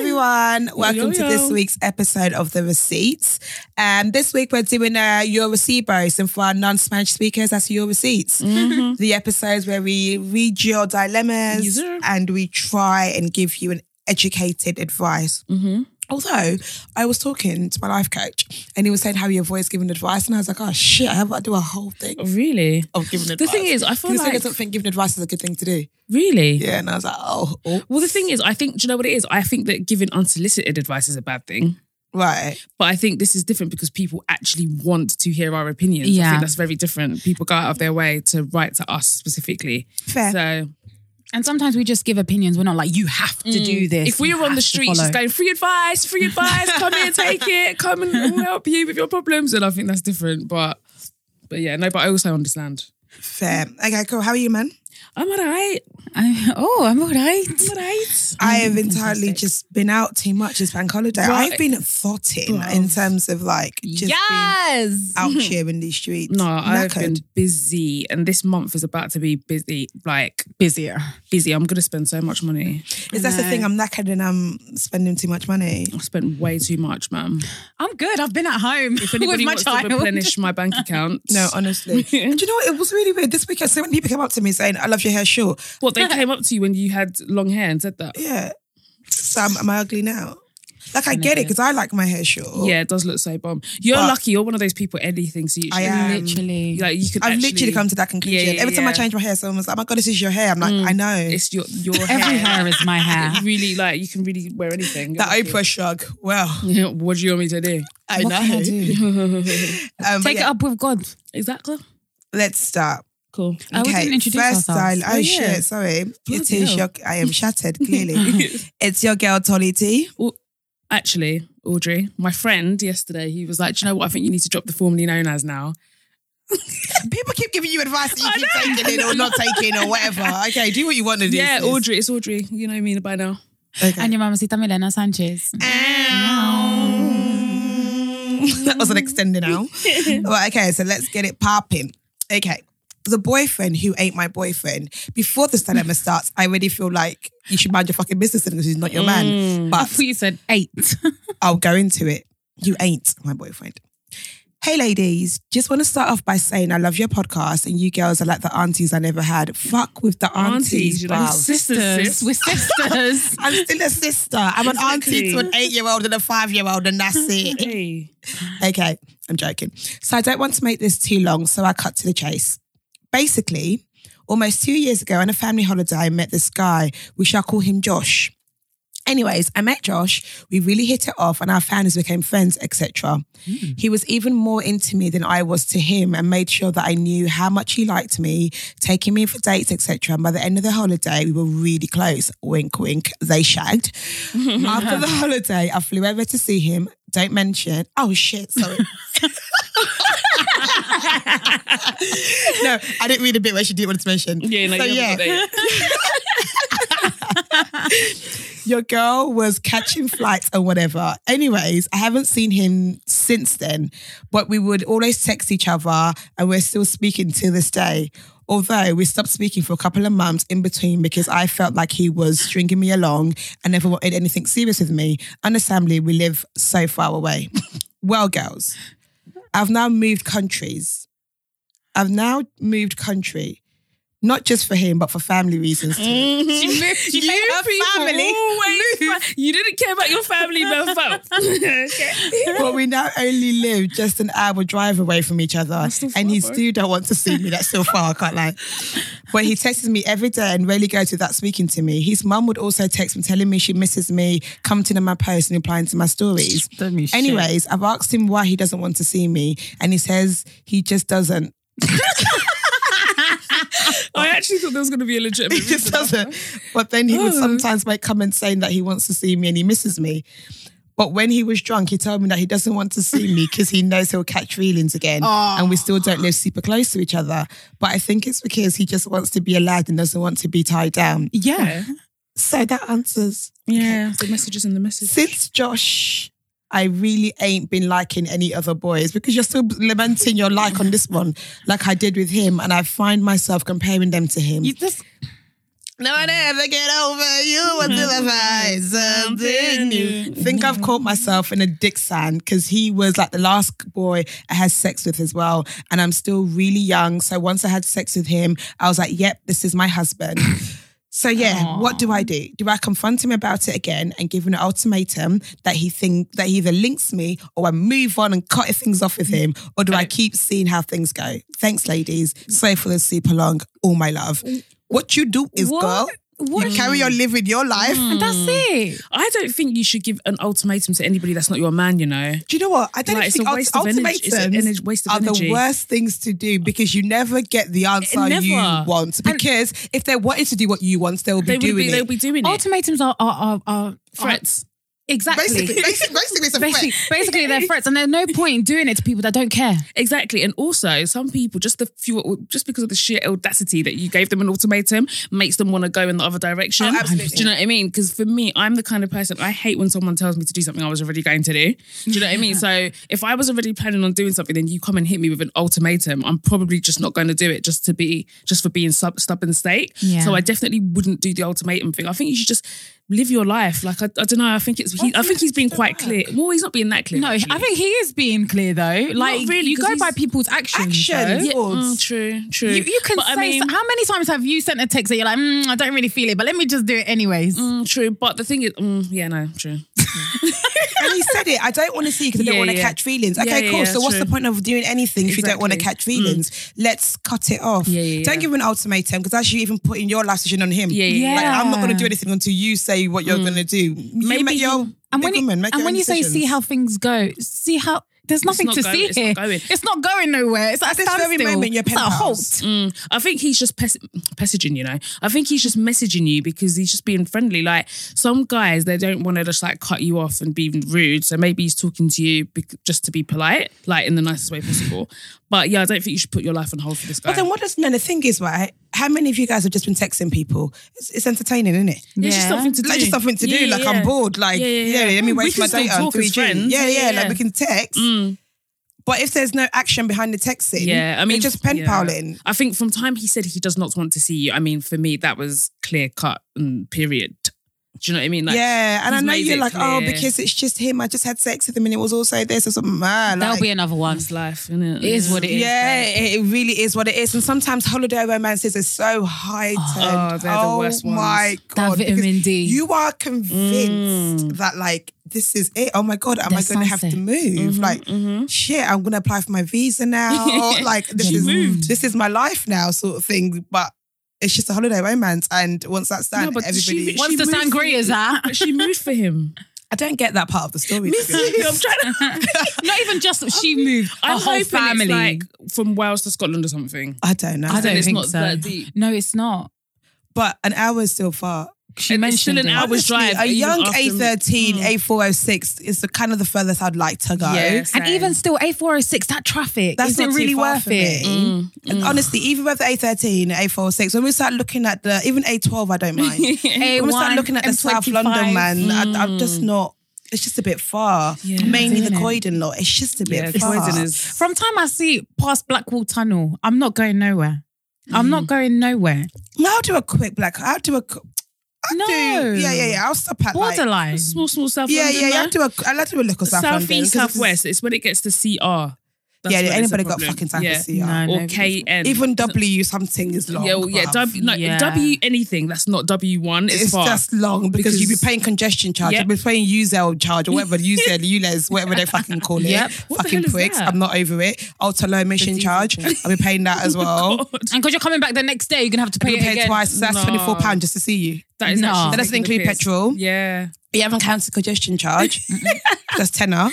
everyone. Welcome to yo. this week's episode of The Receipts. Um, this week we're doing uh, Your Recibos, and for our non Spanish speakers, that's Your Receipts. The episodes where we read your dilemmas Mm-hmm. Yes, sir. and we try and give you an educated advice. Mm-hmm. Although I was talking to my life coach and he was saying how you avoid giving advice, and I was like, oh shit, I have to do a whole thing Really? of giving The advice. thing is, I feel Because I like- don't think giving advice is a good thing to do. Really? Yeah, and I was like, oh, oh, Well, the thing is, I think, do you know what it is? I think that giving unsolicited advice is a bad thing. right. But I think this is different because people actually want to hear our opinions. I Yeah. think that's very different. People go out of their way to write to us specifically. Fair. So And sometimes we just give opinions. We're not like, you have to do this. Mm. if we you were on have the to street just follow." going, free advice, free advice, come here, take it, come and we'll help you with your problems. And I think that's different. But but yeah, no, but I also understand. Fair. Okay, cool. How are you, man? I'm all right. I- oh, I'm all right. I'm all right. I have entirely just been out too much this bank holiday. Right. I've been thotting in terms of like just yes. being out here in these streets. No, I've Knackered. been busy, and this month is about to be busy. Like Busier. busy, I'm gonna spend so much money. Is that the thing? I'm knackered and I'm spending too much money. I spent way too much, man. I'm good. I've been at home If with anybody my wants child. to replenish my bank account, No, honestly. Do you know what? It was really weird this weekend. So many people came up to me saying, "I love your hair short." what they came up to you when you had long hair and said that. Yeah. So am, am I ugly now? Like I get it because I like my hair short. Yeah, it does look so bomb. You're But- lucky. You're one of those people. Anything suits you. I am. Literally. Like um, you could. I've actually- literally come to that Yeah, conclusion. yeah, Every time I yeah. Mm. change my hair, someone was like, "Oh my god, this is your hair." I'm like, I know. it's your your Every hair. hair is my hair. It really like you can really wear anything. that Oprah shrug. Well, Yeah, what do you want me to do? I What know. can I do? Um, but Take yeah, it up with God. Exactly. Let's start. Cool. Oh, we didn't introduce first ourselves. style. Oh, Oh, yeah. shit, sorry. it Bloody is hell. your. I am shattered. Clearly, it's your girl Tolly T. Actually, Audrey, my friend yesterday, he was like, "Do you know what? I think you need to drop the formerly known as now." People keep giving you advice that you I know. keep taking it or not taking or whatever. Okay, do what you want to do. yeah, sis. Audrey. It's Audrey. You know me by now. Okay. And your mamacita Milena Sanchez. Ow. that was an extended out. well, okay, so let's get it popping. Okay. The boyfriend who ain't my boyfriend. Before this dilemma starts, I already feel like you should mind your fucking business because he's not your Mm. man. uh, But you said eight. I'll go into it. You ain't my boyfriend. Hey, ladies, just want to start off by saying I love your podcast and you girls are like the aunties I never had. Fuck with the aunties, you know, bruv. sisters. sisters. sis. We're sisters. I'm still a sister. I'm an auntie Exactly. to an eight year old and a five year old, and that's it. Hey. Okay, I'm joking. So I don't want to make this too long, so I cut to the chase. Basically, almost two years ago on a family holiday, I met this guy. We shall call him Josh. Anyways, I met Josh. We really hit it off, and our families became friends, etc. Hmm. He was even more into me than I was to him, and made sure that I knew how much he liked me, taking me for dates, etc. And by the end of the holiday, we were really close. Wink, wink. They shagged. After the holiday, I flew over to see him. Don't mention. Oh shit! Sorry. no, I didn't read a bit where she didn't want to mention. Yeah, no, So, you haven't got that yet. Your girl was catching flights or whatever. Anyways, I haven't seen him since then, but we would always text each other and we're still speaking to this day. Although we stopped speaking for a couple of months in between because I felt like he was stringing me along and never wanted anything serious with me. Understandably, we live so far away. well, girls, I've now moved countries. I've now moved country, not just for him, but for family reasons too. She moved. She You made her people family. Always fa- you didn't care about your family, but fuck. okay. but we now only live just an hour drive away from each other. still far, And he bro. still don't want to see me. That's so far, I can't lie. But he texts me every day and rarely goes without speaking to me. His mum would also text me telling me she misses me, commenting on my posts and replying to my stories. Don't mean shit. Anyways, I've asked him why he doesn't want to see me, and he says he just doesn't. I actually thought there was going to be a legitimate He just reason. doesn't. But then he would Oh. sometimes make comments saying that he wants to see me and he misses me. But when he was drunk, he told me that he doesn't want to see me because he knows he'll catch feelings again. And we still don't live super close to each other. But I think it's because he just wants to be allowed and doesn't want to be tied down. Yeah. So that answers. Yeah, the messages in the message. Since Josh, I really ain't been liking any other boys because you're still lamenting your like on this one, like I did with him. And I find myself comparing them to him. You just No one ever get over you until I find something new. Think I've caught myself in a dick sand because he was like the last boy I had sex with as well, and I'm still really young. So once I had sex with him, I was like, "Yep, this is my husband." So yeah, what do I do? Do I confront him about it again and give him an ultimatum that he think that he either links me or I move on and cut things off with him, or do I keep seeing how things go? Thanks, ladies. Sorry for the super long. All my love. What you do is What? girl. What? You carry on living your life. Mm. And that's it. I don't think you should give an ultimatum to anybody that's not your man, you know. Do you know what? I don't Like, it's think a waste ult- of energy. It's an ultimatums energy- waste of are energy. the worst things to do because you never get the answer Never. you want. Because if they wanted to do what you want, they would They be would doing be, they it. would be doing it. Ultimatums are are are, are are- Threats. Exactly. Basically, basically, basically, it's a Basic- threat. basically, they're threats, and there's no point in doing it to people that don't care. Exactly, and also some people just the few, just because of the sheer audacity that you gave them an ultimatum makes them want to go in the other direction. Oh, absolutely. Do you know what I mean? Because for me, I'm the kind of person I hate when someone tells me to do something I was already going to do. Do you know what I mean? So if I was already planning on doing something, then you come and hit me with an ultimatum, I'm probably just not going to do it just to be just for being sub, stubborn state. Yeah. So I definitely wouldn't do the ultimatum thing. I think you should just live your life. Like I, I don't know. I think it's he, I think he's being quite clear. Well, he's not being that clear. No, actually. I think he is being clear though. Like really, you 'cause go by he's- people's actions. Action. though. Yeah. Mm, true, true. You, you can But say I mean- so- how many times have you sent a text that you're like, mm, I don't really feel it, but let me just do it anyways. Mm, true, but the thing is, mm, yeah, no, true. and he said it. I don't want to see because I Yeah, don't want to yeah. catch feelings. Okay, Yeah, yeah, cool. yeah, so what's true. the point of doing anything if you don't want to Exactly. Mm. catch feelings? Let's cut it off. Yeah, yeah, Don't yeah. give an ultimatum because that's you even putting your life decision on him. Yeah, yeah, Like, yeah. I'm not going to do anything until you say what you're going to do. Hmm. You Maybe make your and big when you, woman, make and your when own you say see decisions. how things go, see how there's nothing not to going- see it's not here. going. It's not going nowhere. It's at this very standstill. moment, you're It's at a penthouse. halt. Mm, I think he's just pes- messaging, you know. I think he's just messaging you because he's just being friendly. Like some guys, they don't want to just like cut you off and be rude. So maybe he's talking to you bec- just to be polite, like in the nicest way possible. But yeah, I don't think you should put your life on hold for this guy. But then what does no? The thing is, right? How many of you guys have just been texting people? It's, it's entertaining, isn't it? yeah, it's just Yeah. something to do. Like just something to Yeah, do. yeah, Like yeah. I'm bored. Like Yeah, yeah, yeah, yeah. let me Mm, we waste can my still data on talk as 3G. friends. Yeah, Yeah, yeah, Hmm. yeah. Like we can text. But if there's no action behind the texting, Yeah, I mean, it's just pen yeah. paling. I think from time he said he does not want to see you. I mean, for me, that was clear cut and period. Do you know what I mean? Like, yeah, and I he's know made you're it like, oh, clear. because it's just him. I just had sex with him, and it was also this. ah, It's man, That'll like, be another one. it's life, innit? It is what it is. yeah, it it really is what it is. And sometimes holiday romances are so heightened. Oh, they're the worst ones. my god! vitamin because D. You are convinced that like this is it. Oh my god, am There's I going to have to sunset. move? like Mm-hmm. shit, I'm going to apply for my visa now. like this She is moved. this is my life now, sort of thing. But it's just a holiday romance, and once that's done, No, but she- everybody. what- Once the She moved sangria's out, But she moved for him. I don't get that part of the story. to be honest. I'm trying to. not even just she moved her I'm whole hoping family. it's like from Wales to Scotland or something. I don't know. I don't it's think not so. that deep. No, it's not. But an hour is still far. She And it's still mentioned an it. hour- I would Honestly, drive a even young after- mm. A13, A406 is the kind of the furthest I'd like to go. Yeah, And same. even still, A406, that traffic, That's is it not too really far worth for it? Mm. me. And honestly, even with the A13, and A406, when we start looking at the even A12, I don't mind. A1, when we start looking at the M25. South London, man, I, I'm just not. It's just a bit far. mm. Yeah. Mainly the Doing it. Croydon lot. It's just a bit Yeah, far. Croydon is. From time I see it past Blackwall Tunnel, I'm not going nowhere. I'm Mm. not going nowhere. I'll do a quick black. I'll do a. qu- I'll No. Do, yeah, yeah, yeah. I'll stop at like. Borderline. Small, small South Yeah, London. yeah, yeah. though. I'll do a. I'll do a look at South, London. 'cause Southeast, it's just- Southwest. It's when it gets to CR. That's Yeah, when it's a anybody got problem. fucking time yeah. to see. No. Or KN. Even W something is long. yeah, well, yeah, bruv. W, no, Yeah. W anything that's not W one is It's far. just long because, Because- you'd be paying congestion charge, Yep. you'd be paying UZEL charge or whatever, UZEL, ULEZ, whatever they fucking call it. Yep. What the Fucking hell is pricks. that? I'm not over it. Ultra low emission charge. I'll be paying that as well. And because you're coming back the next day, you're going to have to I'll pay be it paying again. twice. So that's No. £24 just to see you. that is No. actually That doesn't taking the include piss. petrol. Yeah. You haven't counted congestion charge. that's tenner.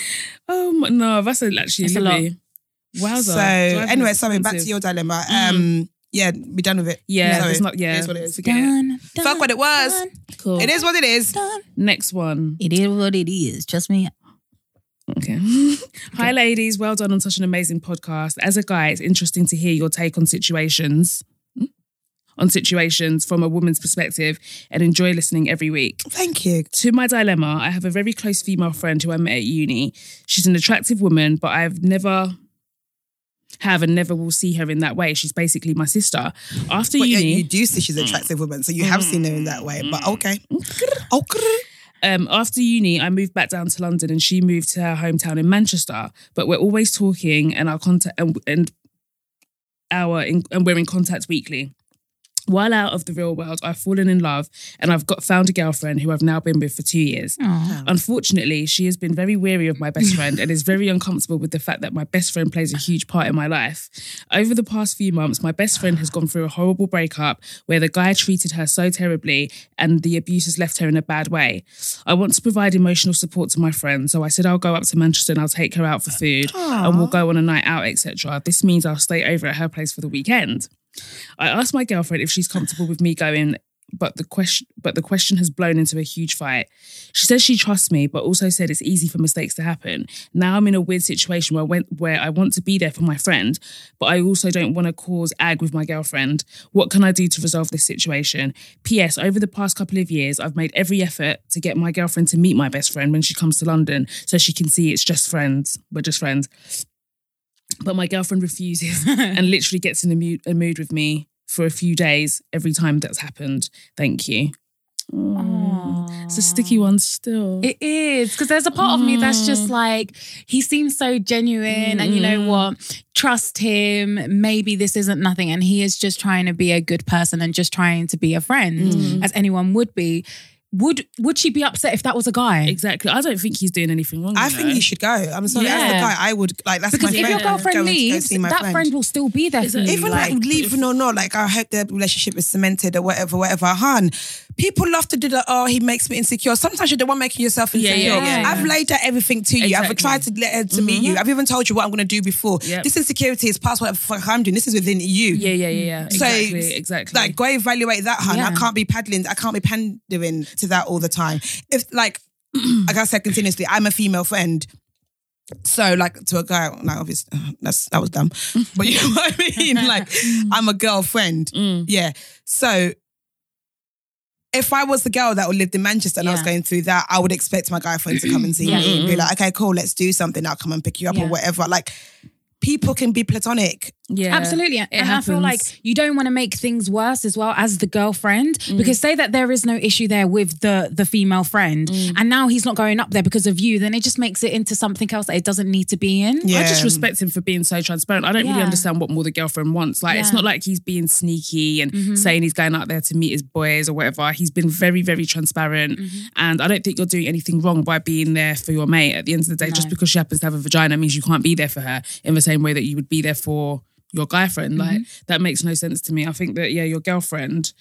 Oh my- no, that's a- actually That's a a lot. lot. Wowza. So Driving anyway, is sorry, back to expensive. Mm. your dilemma. Um, yeah, we're done with it. Yeah, Sorry. it's not- yeah. It is what it is. Forget it. Done, done, Fuck what it was. done, Cool. It is what it is. done. Next one. It is what it is. Trust me. Okay. Hi, ladies. Well done on such an amazing podcast. As a guy, it's interesting to hear your take on situations. Hmm? On situations from a woman's perspective and enjoy listening every week. Thank you. To my dilemma, I have a very close female friend who I met at uni. She's an attractive woman, but I've never have and never will see her in that way. She's basically my sister. After But yeah, uni, you do see she's Mm. an attractive woman, so you have seen her in that way. But okay. Oh, Okay. um, after uni, I moved back down to London, and she moved to her hometown in Manchester. But we're always talking, and our contact and, and our in, and we're in contact weekly. While out of the real world, I've fallen in love, and I've got found a girlfriend who I've now been with for two years. Unfortunately, she has been very weary of my best friend and is very uncomfortable with the fact that my best friend plays a huge part in my life. Over the past few months, my best friend has gone through a horrible breakup where the guy treated her so terribly and the abuse has left her in a bad way. I want to provide emotional support to my friend, so I said I'll go up to Manchester and I'll take her out for food and we'll go on a night out, etc. This means I'll stay over at her place for the weekend. I asked my girlfriend if she's comfortable with me going, but the question but the question has blown into a huge fight. She says she trusts me, but also said it's easy for mistakes to happen. Now I'm in a weird situation where I went where I want to be there for my friend, but I also don't want to cause ag with my girlfriend. What can I do to resolve this situation? P.S. Over the past couple of years, I've made every effort to get my girlfriend to meet my best friend when she comes to London, so she can see it's just friends. We're just friends. But my girlfriend refuses and literally gets in a mood, a mood with me for a few days every time that's happened. Thank you. It's a sticky one still. It is because there's a part of me that's Mm. just like he seems so genuine, and you know what? Trust him. Maybe this isn't nothing, and he is just trying to be a good person and just trying to be a friend, Mm. as anyone would be. Would would she be upset if that was a guy? exactly. I don't think he's doing anything wrong. I you think know. you should go. I'm sorry, that's the Yeah. guy I would like. That's Because my if friend. your girlfriend Going to go leaves, see my that friend will still be there for you. Even like, like- leaving or not, like I hope their relationship is cemented or whatever, whatever. Han, people love to do that. Oh, he makes me insecure. Sometimes you're the one making yourself insecure. yeah, yeah. I've laid out everything to you. I've Exactly. tried to let her to meet Mm-hmm. you. I've even told you what I'm going to do before. Yep. This insecurity is past whatever fuck I'm doing. This is within you. Yeah, yeah, yeah, yeah. So, Exactly, exactly. Like, go evaluate that, hun. I Mm. Yeah. can't be paddling. I can't be pandering to that all the time. If, like, like I said continuously, I'm a female friend. So, like, to a guy, like, obviously, that's that was dumb. But you know what I mean? Like, Mm. I'm a girlfriend. Mm. Yeah. So, if I was the girl that lived in Manchester and I was Yeah. going through that, I would expect my guy friend to come and see Yeah. mm-hmm. me and be like, okay, cool, let's do something. I'll come and pick you up Yeah. or whatever. Like, people can be platonic. yeah, Absolutely. And I feel happens. Mm. like you don't want to make things worse as well as the girlfriend because say that there is no issue there with the the female friend Mm. and now he's not going up there because of you then it just makes it into something else that it doesn't need to be in. Yeah. I just respect him for being so transparent. I don't really Yeah. understand what more the girlfriend wants. Like, it's Yeah. Mm-hmm. not like he's being sneaky and saying he's going out there to meet his boys or whatever. He's been very, very transparent. Mm-hmm. And I don't think you're doing anything wrong by being there for your mate. At the end of the day, just No. because she happens to have a vagina means you can't be there for her in the same way that you would be there for your guy friend. Mm-hmm. Like, that makes no sense to me. I think that, yeah, your girlfriend.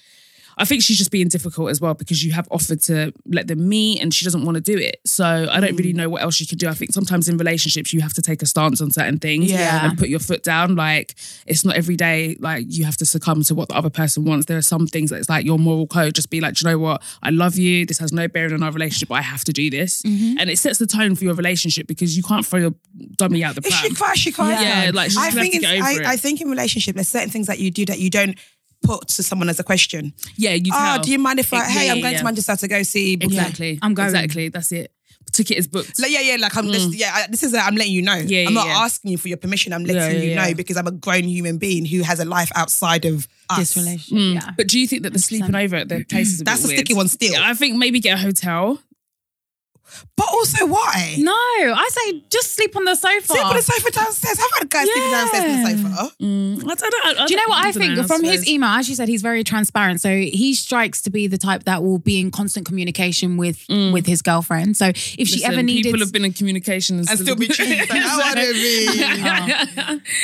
I think she's just being difficult as well because you have offered to let them meet and she doesn't want to do it. So I don't Mm. really know what else you could do. I think sometimes in relationships you have to take a stance on certain things Yeah. and put your foot down. Like it's not every day like you have to succumb to what the other person wants. There are some things that it's like your moral code. Just be like, "Do you know what? I love you. This has no bearing on our relationship, but I have to do this. Mm-hmm. And it sets the tone for your relationship because you can't throw your dummy out the If pram. she cries, she cries. Yeah, man. like, she's I gonna think have to it's- get I, over it. I think in relationship, there's certain things that you do that you don't put to someone as a question. yeah, you Oh, tell. do you mind if I? Ex- Hey, yeah, I'm yeah, going yeah. to Manchester to go see. Exactly. I'm going. Exactly. That's it. Ticket is booked. Like, yeah, yeah, like I'm just, yeah, I- this is, i I'm letting you know. Mm. Yeah, I'm yeah, not yeah. asking you for your permission. I'm letting yeah, you know yeah. because I'm a grown human being who has a life outside of us. This relationship. Yeah. But do you think that the sleeping over at their place is a That's bit a sticky weird? one still. I think maybe get a hotel. But also, why? No, I say just sleep on the sofa. Sleep on the sofa downstairs. I've had guys sleeping downstairs on the sofa. Mm, I don't know. I- I Do you know what I don't think? know, From suppose. his email, as you said, he's very transparent. So he strikes to be the type that will be in constant communication with with his girlfriend. So if she Mm. Listen, ever needed, people have been in communication and, And still be cheating. Like, I want to be.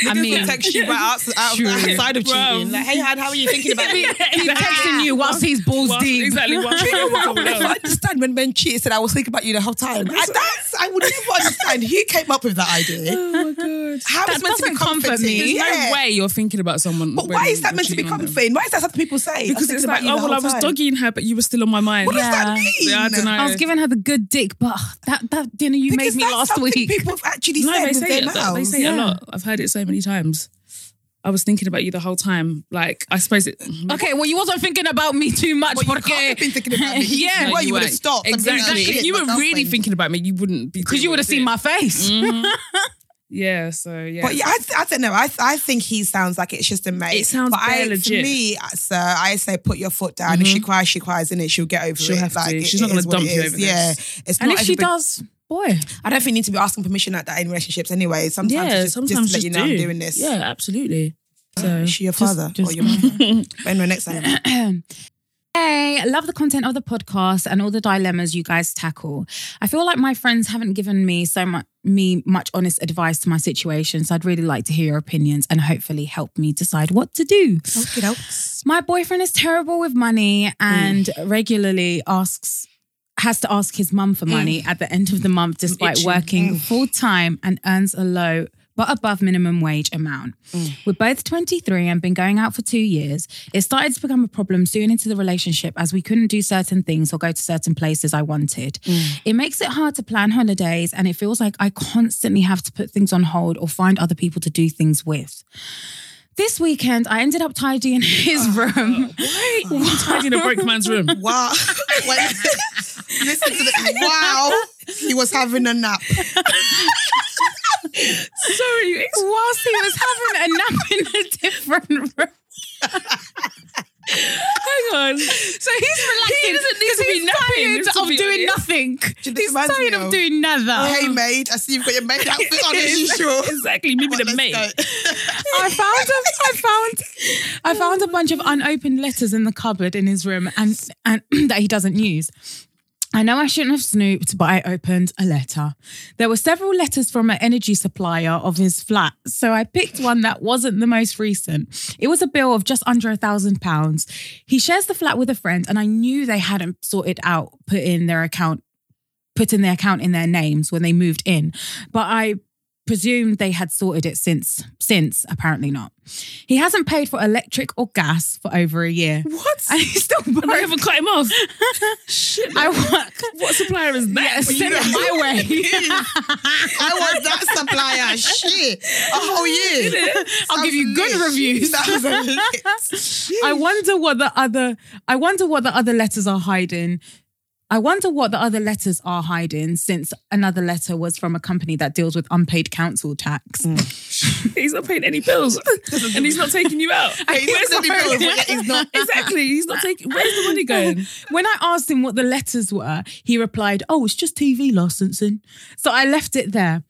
I mean, Niggas will text you right outs- out, True. outside of Bro. cheating. Like, hey, Han, how are you thinking about me? he's texting you whilst he's balls Whilst- deep. exactly, whilst- Do you know what? I would never understand when men cheated said I was thinking about you the whole time. I, that's, I would never understand who came up with that idea. Oh my god. How it's meant to be doesn't comfort comforting. me. There's Yeah. no way you're thinking about someone. But why is that meant to be comforting? Why is that something people say? I was Because it's thinking like, about you oh the well, I whole was time. dogging her, but you were still on my mind. What does that Yeah. mean? Yeah, I don't know. I was giving her the good dick, but ugh, that that dinner you Because made me that's last something week. People have actually No, said they with say their it. mouths. They say it a lot. I've heard it so many times. I was thinking about you the whole time. Like I suppose it. Okay, well, you wasn't thinking about me too much, But you porque- can't have been thinking about me. Yeah. Well, you would have weren't. stopped. Exactly. Shit, If you my were really girlfriend. thinking about me, you wouldn't be. Mm-hmm. because you would have seen my face. Yeah, so yeah. But yeah, I, th- I don't know. I, th- I think he sounds like it's just a mate. It sounds but I, bare legit. To Mm-hmm. me, uh, sir, I say put your foot down. If she cries, she cries, and it she'll get over She'll it. have to. it- She's not it gonna is what dump it you is. over Yeah, it's And not if she everybody- does, boy, I don't think you need to be asking permission like that in relationships anyway. Sometimes yeah, it's just, sometimes just to let just you know do. I'm doing this. Yeah, absolutely. So Is she your just- father just- or your mother? but anyway, next time. Hey, love the content of the podcast and all the dilemmas you guys tackle. I feel like my friends haven't given me so much me much honest advice to my situation, so I'd really like to hear your opinions and hopefully help me decide what to do. Okay, dokes. My boyfriend is terrible with money and regularly asks has to ask his mum for money at the end of the month despite itching. working full time and earns a low but above minimum wage amount. We're both 23 and been going out for 2 years. It started to become a problem soon into the relationship as we couldn't do certain things or go to certain places I wanted. It makes it hard to plan holidays and it feels like I constantly have to put things on hold or find other people to do things with. This weekend, I ended up tidying his room. you tied in a broke man's room. Wow. Wait. Listen to the wow. He was having a nap. Sorry, whilst he was having a nap in a different room. hang on. So he's relaxing. He doesn't need to be napping, let's tired of be doing honest. nothing. Do you He's imagine, tired though? of doing nothing. Hey maid, I see you've got your maid outfit on. Is you sure? Exactly, maybe Come on, the let's mate. go. I found a, I found I found a bunch of unopened letters in the cupboard in his room and and that he doesn't use. I know I shouldn't have snooped, but I opened a letter. There were several letters from an energy supplier of his flat, so I picked one that wasn't the most recent. It was a bill of just under a thousand pounds. He shares the flat with a friend, and I knew they hadn't sorted out put in their account, put in their account in their names when they moved in. But I presumed they had sorted it since since apparently not. He hasn't paid for electric or gas for over a year. What? And he's still And they broke. haven't cut him off. Shit. I want what supplier is that? yeah, send it know- my way. I was that supplier. Shit. A whole year. I'll give you good reviews. That was lit. I wonder what the other I wonder what the other letters are hiding. I wonder what the other letters are hiding since another letter was from a company that deals with unpaid council tax. He's not paying any bills, and he's not taking you out. He's not Where's taking the- bills, but he's not- Exactly. He's not taking. Where's the money going? When I asked him what the letters were, he replied, Oh, it's just TV licensing. So I left it there.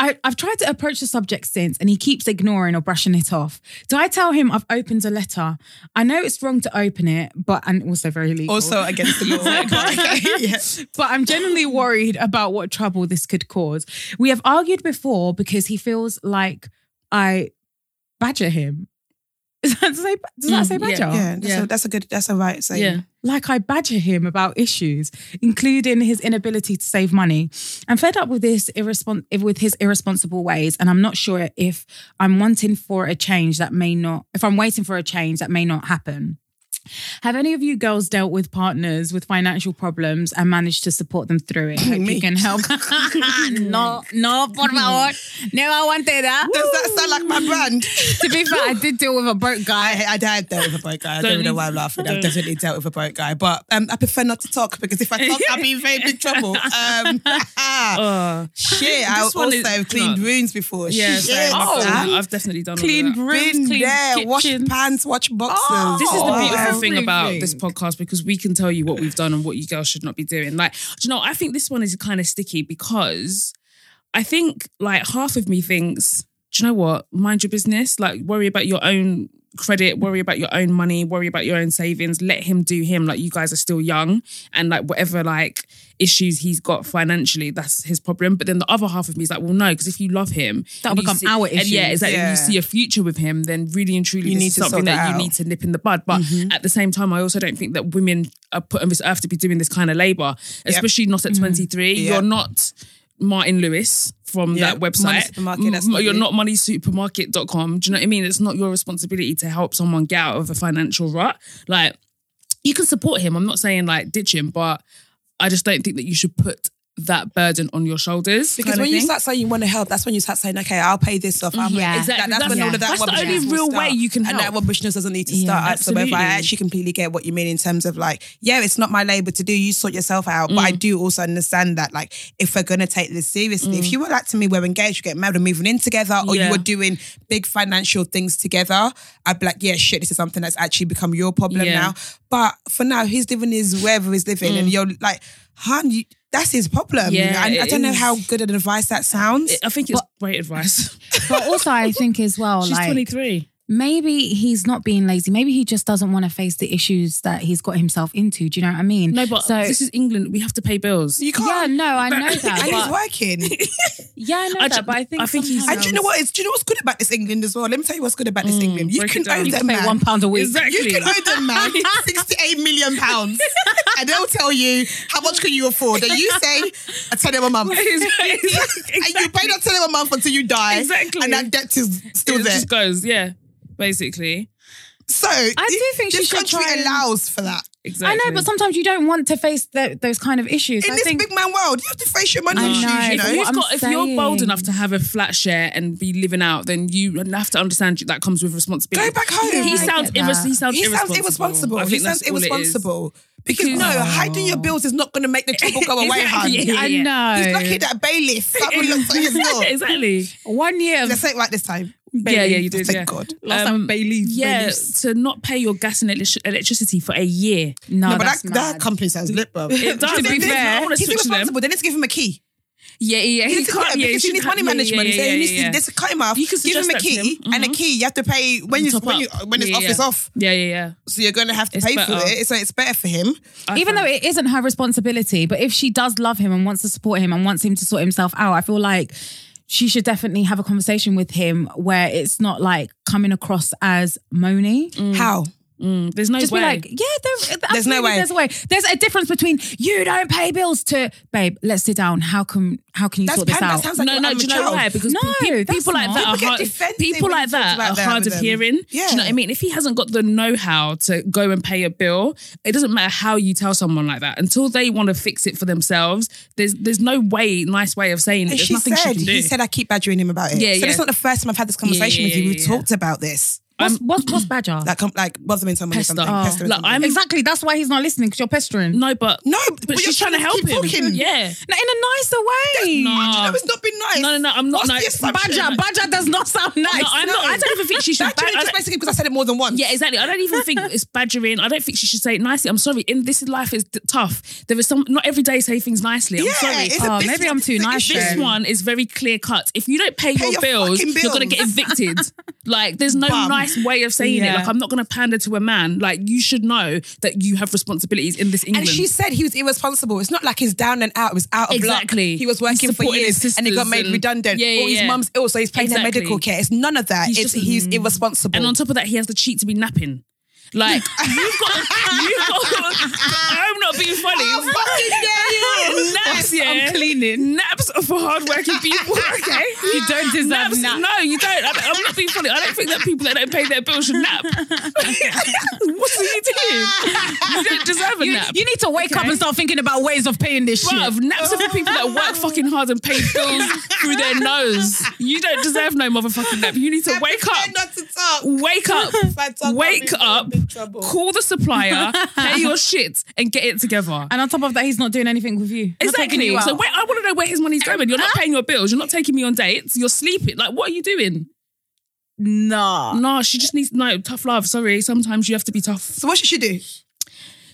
I, I've tried to approach the subject since and he keeps ignoring or brushing it off. Do I tell him I've opened a letter? I know it's wrong to open it, but and also very legal. Also against the law. Okay, yeah. but I'm generally worried about what trouble this could cause. We have argued before because he feels like I badger him. Does that say, does that Mm, say yeah, badger? Yeah, that's, Yeah. A, that's a good, that's a right saying. Yeah. Like I badger him about issues, including his inability to save money. I'm fed up with this irrespon- with his irresponsible ways, and I'm not sure if I'm wanting for a change that may not if I'm waiting for a change that may not happen. Have any of you girls dealt with partners with financial problems and managed to support them through it? Hope Me. you can help. no, no, por favor. No, I wanted that. Does that sound like Oh. my brand? to be fair, I did deal with a broke guy. I, I had dealt with a broke guy. I Don't don't, know need- why I'm laughing. don't. I've definitely dealt with a broke guy, but um, I prefer not to talk because if I talk, I'll be in very big trouble. Um, Uh, shit, I This also one is- have cleaned no. rooms before. yeah. Oh, shit. Oh. So I've, done- I've I've definitely done all of Cleaned that. rooms, been cleaned there, kitchens. washed pants, watch boxes. This is the Oh, beautiful everything. thing about this podcast because we can tell you what we've done and what you girls should not be doing. Like, do you know, I think this one is kind of sticky because I think like half of me thinks, do you know what? Mind your business. Like, worry about your own credit, worry about your own money, worry about your own savings. Let him do him. Like, you guys are still young and like whatever like issues he's got financially, that's his problem. But then the other half of me is like, well, no, because if you love him, That'll and you become our and yeah, issues. exactly. Yeah. You see a future with him, then really and truly, You this need is to something sort that, that you out. need to nip in the bud. But Mm-hmm. at the same time, I also don't think that women are put on this earth to be doing this kind of labor, especially not at 23. Mm-hmm. Yep. You're not Martin Lewis from Yep. that Money website. Supermarket, that's M- not You're you. not moneysupermarket.com. Do you know what I mean? It's not your responsibility to help someone get out of a financial rut. Like, you can support him. I'm not saying like ditch him, but I just don't think that you should put that burden on your shoulders. Because kind of when you thing. start saying you want to help, that's when you start saying, okay, I'll pay this off. I'm Yeah. yeah, Exactly. That's, when That's- all of that that's the rubbishness only will real start. way you can And that help. rubbishness doesn't need to Yeah, start. at. So if I absolutely. actually completely get what you mean in terms of like, yeah, it's not my labor to do. You sort yourself out. But I Mm. do also understand that like, if we're going to take this seriously, if you were like to me, we're engaged, we're getting married, we're moving in together, or Mm. Yeah. you were doing big financial things together, I'd be like, yeah, shit, this is something that's actually become your problem Yeah. Mm. now. But for now, he's living his wherever he's living, and you're like, hon, you, that's his problem. you Yeah, know? And I it don't know is. how good an advice that sounds. I think it's great advice. But also, I think as well, She's like 23. maybe he's not being lazy. Maybe he just doesn't want to face the issues that he's got himself into. Do you know what I mean? No, but so this is England. We have to pay bills. you can't. yeah, no, I know and he's that. but, working. yeah, I know I ju- that. But I think I think he's- and sometimes- do you know what is? Do you know what's good about this England as well? Let me tell you what's good about Mm, this England. You break can it down. owe You them pay one man. pound a week. Exactly. You can owe them man sixty-eight million pounds, and they'll tell you how much can you afford. And you say, "I tell them a month." And you pay that tell them a month until you die, Exactly. and that debt is still It there. just goes, yeah, basically. So I do think she this should country try and- allows for that. I Exactly. know, but sometimes you don't want to face th those kind of issues. In I this think big man world, you have to face your money I issues. know. You if, know, you've What I'm got, if you're bold saying. enough to have a flat share and be living out, then you have to understand that comes with responsibility. Go back home. He Yeah, I sounds, get that. irres- he sounds he irresponsible. sounds irresponsible. I He think sounds that's all it is. irresponsible. Because no, hiding your bills is not going to make the trouble go away, hon. Exactly. I Yeah. know. He's lucky that bailiff someone looks at his door. exactly. One year of Let's say it right this time. Yeah, yeah, you Bailiff. did. Thank yeah. God. Last time Bailey. Yeah, to not pay your gas and electric- electricity for a year. no, No, but that's that, that mad. company sounds lit, bro. It does, to be fair. I wanna He's switch them. irresponsible. They need to give him a key. Yeah, yeah. He, needs to get him because he needs money management. so he needs to this- cut him off. You can give him a suggest that to key him. Mm-hmm. and a key. You have to pay when you top when, up. you, when it's Yeah, off, yeah. it's off. Yeah, yeah, yeah. So you're going to have to It's pay for better. it. So it's better for him. even though find- it isn't her responsibility, but if she does love him and wants to support him and wants him to sort himself out, I feel like she should definitely have a conversation with him where it's not like coming across as moany. How? Mm, there's no Just way. be like, yeah, there, There's no absolutely way. There's a way. There's a difference between you don't pay bills to babe. Let's sit down. How come? How can you That's sort this pan- that out? sounds like no, you're no, do you know unmatured. why? Because No, pe- pe- that's people like not. that People get are hard, defensive people when like you talk that about are that hard with of them. hearing. Do Yeah. you know what I mean? If he hasn't got the know-how to go and pay a bill, it doesn't matter how you tell someone like that. Until they want to fix it for themselves, there's there's no way, nice way of saying it. And There's she nothing said, she can do. he said, I keep badgering him about it. Yeah, so yeah. it's not the first time I've had this conversation yeah, with you. yeah, We've yeah. talked about this. what's, what's, what's badger? Like, com- like bothering someone Pester. or something. Oh. pestering Look, someone. I'm- exactly. That's why he's not listening because you're pestering. no, but No, but she's trying to help keep him. talking. Yeah. No, in a nicer way. No. Do you know it's not been nice? No, no, no, I'm not What's nice. the assumption? Badger, badger does not sound nice. No, I'm not, I don't even think she should. That ban- actually I just don't- basically because I said it more than once. Yeah, exactly. I don't even think it's badgering. I don't think she should say it nicely. I'm sorry. In this life is d- tough. There is some not every day say things nicely. I'm Yeah, sorry. Uh, it's Oh, a, this maybe one- I'm too it's nice this then. one is very clear cut. If you don't pay, your, your bills, fucking you're gonna get bills. evicted. like there's no Bum. nice way of saying Yeah. it. Like I'm not gonna pander to a man. Like you should know that you have responsibilities in this England. And she said he was irresponsible. It's not like he's down and out. It was out of Exactly. luck. He was He's working for supporting years his and he got sisters made and- redundant. Yeah, yeah, or his yeah. mum's ill, so he's paying her Exactly. medical care. It's none of that. He's it's just- he's Mm. irresponsible. And on top of that, he has the cheek to be napping. Like you've got, you've got. I'm not being funny. How fucking dare you? Naps, yeah. cleaning. Naps are for hardworking people. Okay, you don't deserve naps. nap. No, you don't. I'm, I'm not being funny. I don't think that people that don't pay their bills should nap. what are you doing? You don't deserve a You, nap. you need to wake up and start thinking about ways of paying this shit. Bruv, naps are for people that work fucking hard and pay bills through their nose. You don't deserve no motherfucking nap. You need to I wake prefer up. Not to talk. Wake up. If I talk, I'll Wake be up. in trouble. Call the supplier, pay your shit, and get it together. And on top of that, he's not doing anything with you. Not taking Exactly. you out. So where, I want to know where his money's going. You're not paying your bills. You're not taking me on dates. You're sleeping. Like, what are you doing? nah. No, she just needs no tough love. Sorry, sometimes you have to be tough. So what should she do?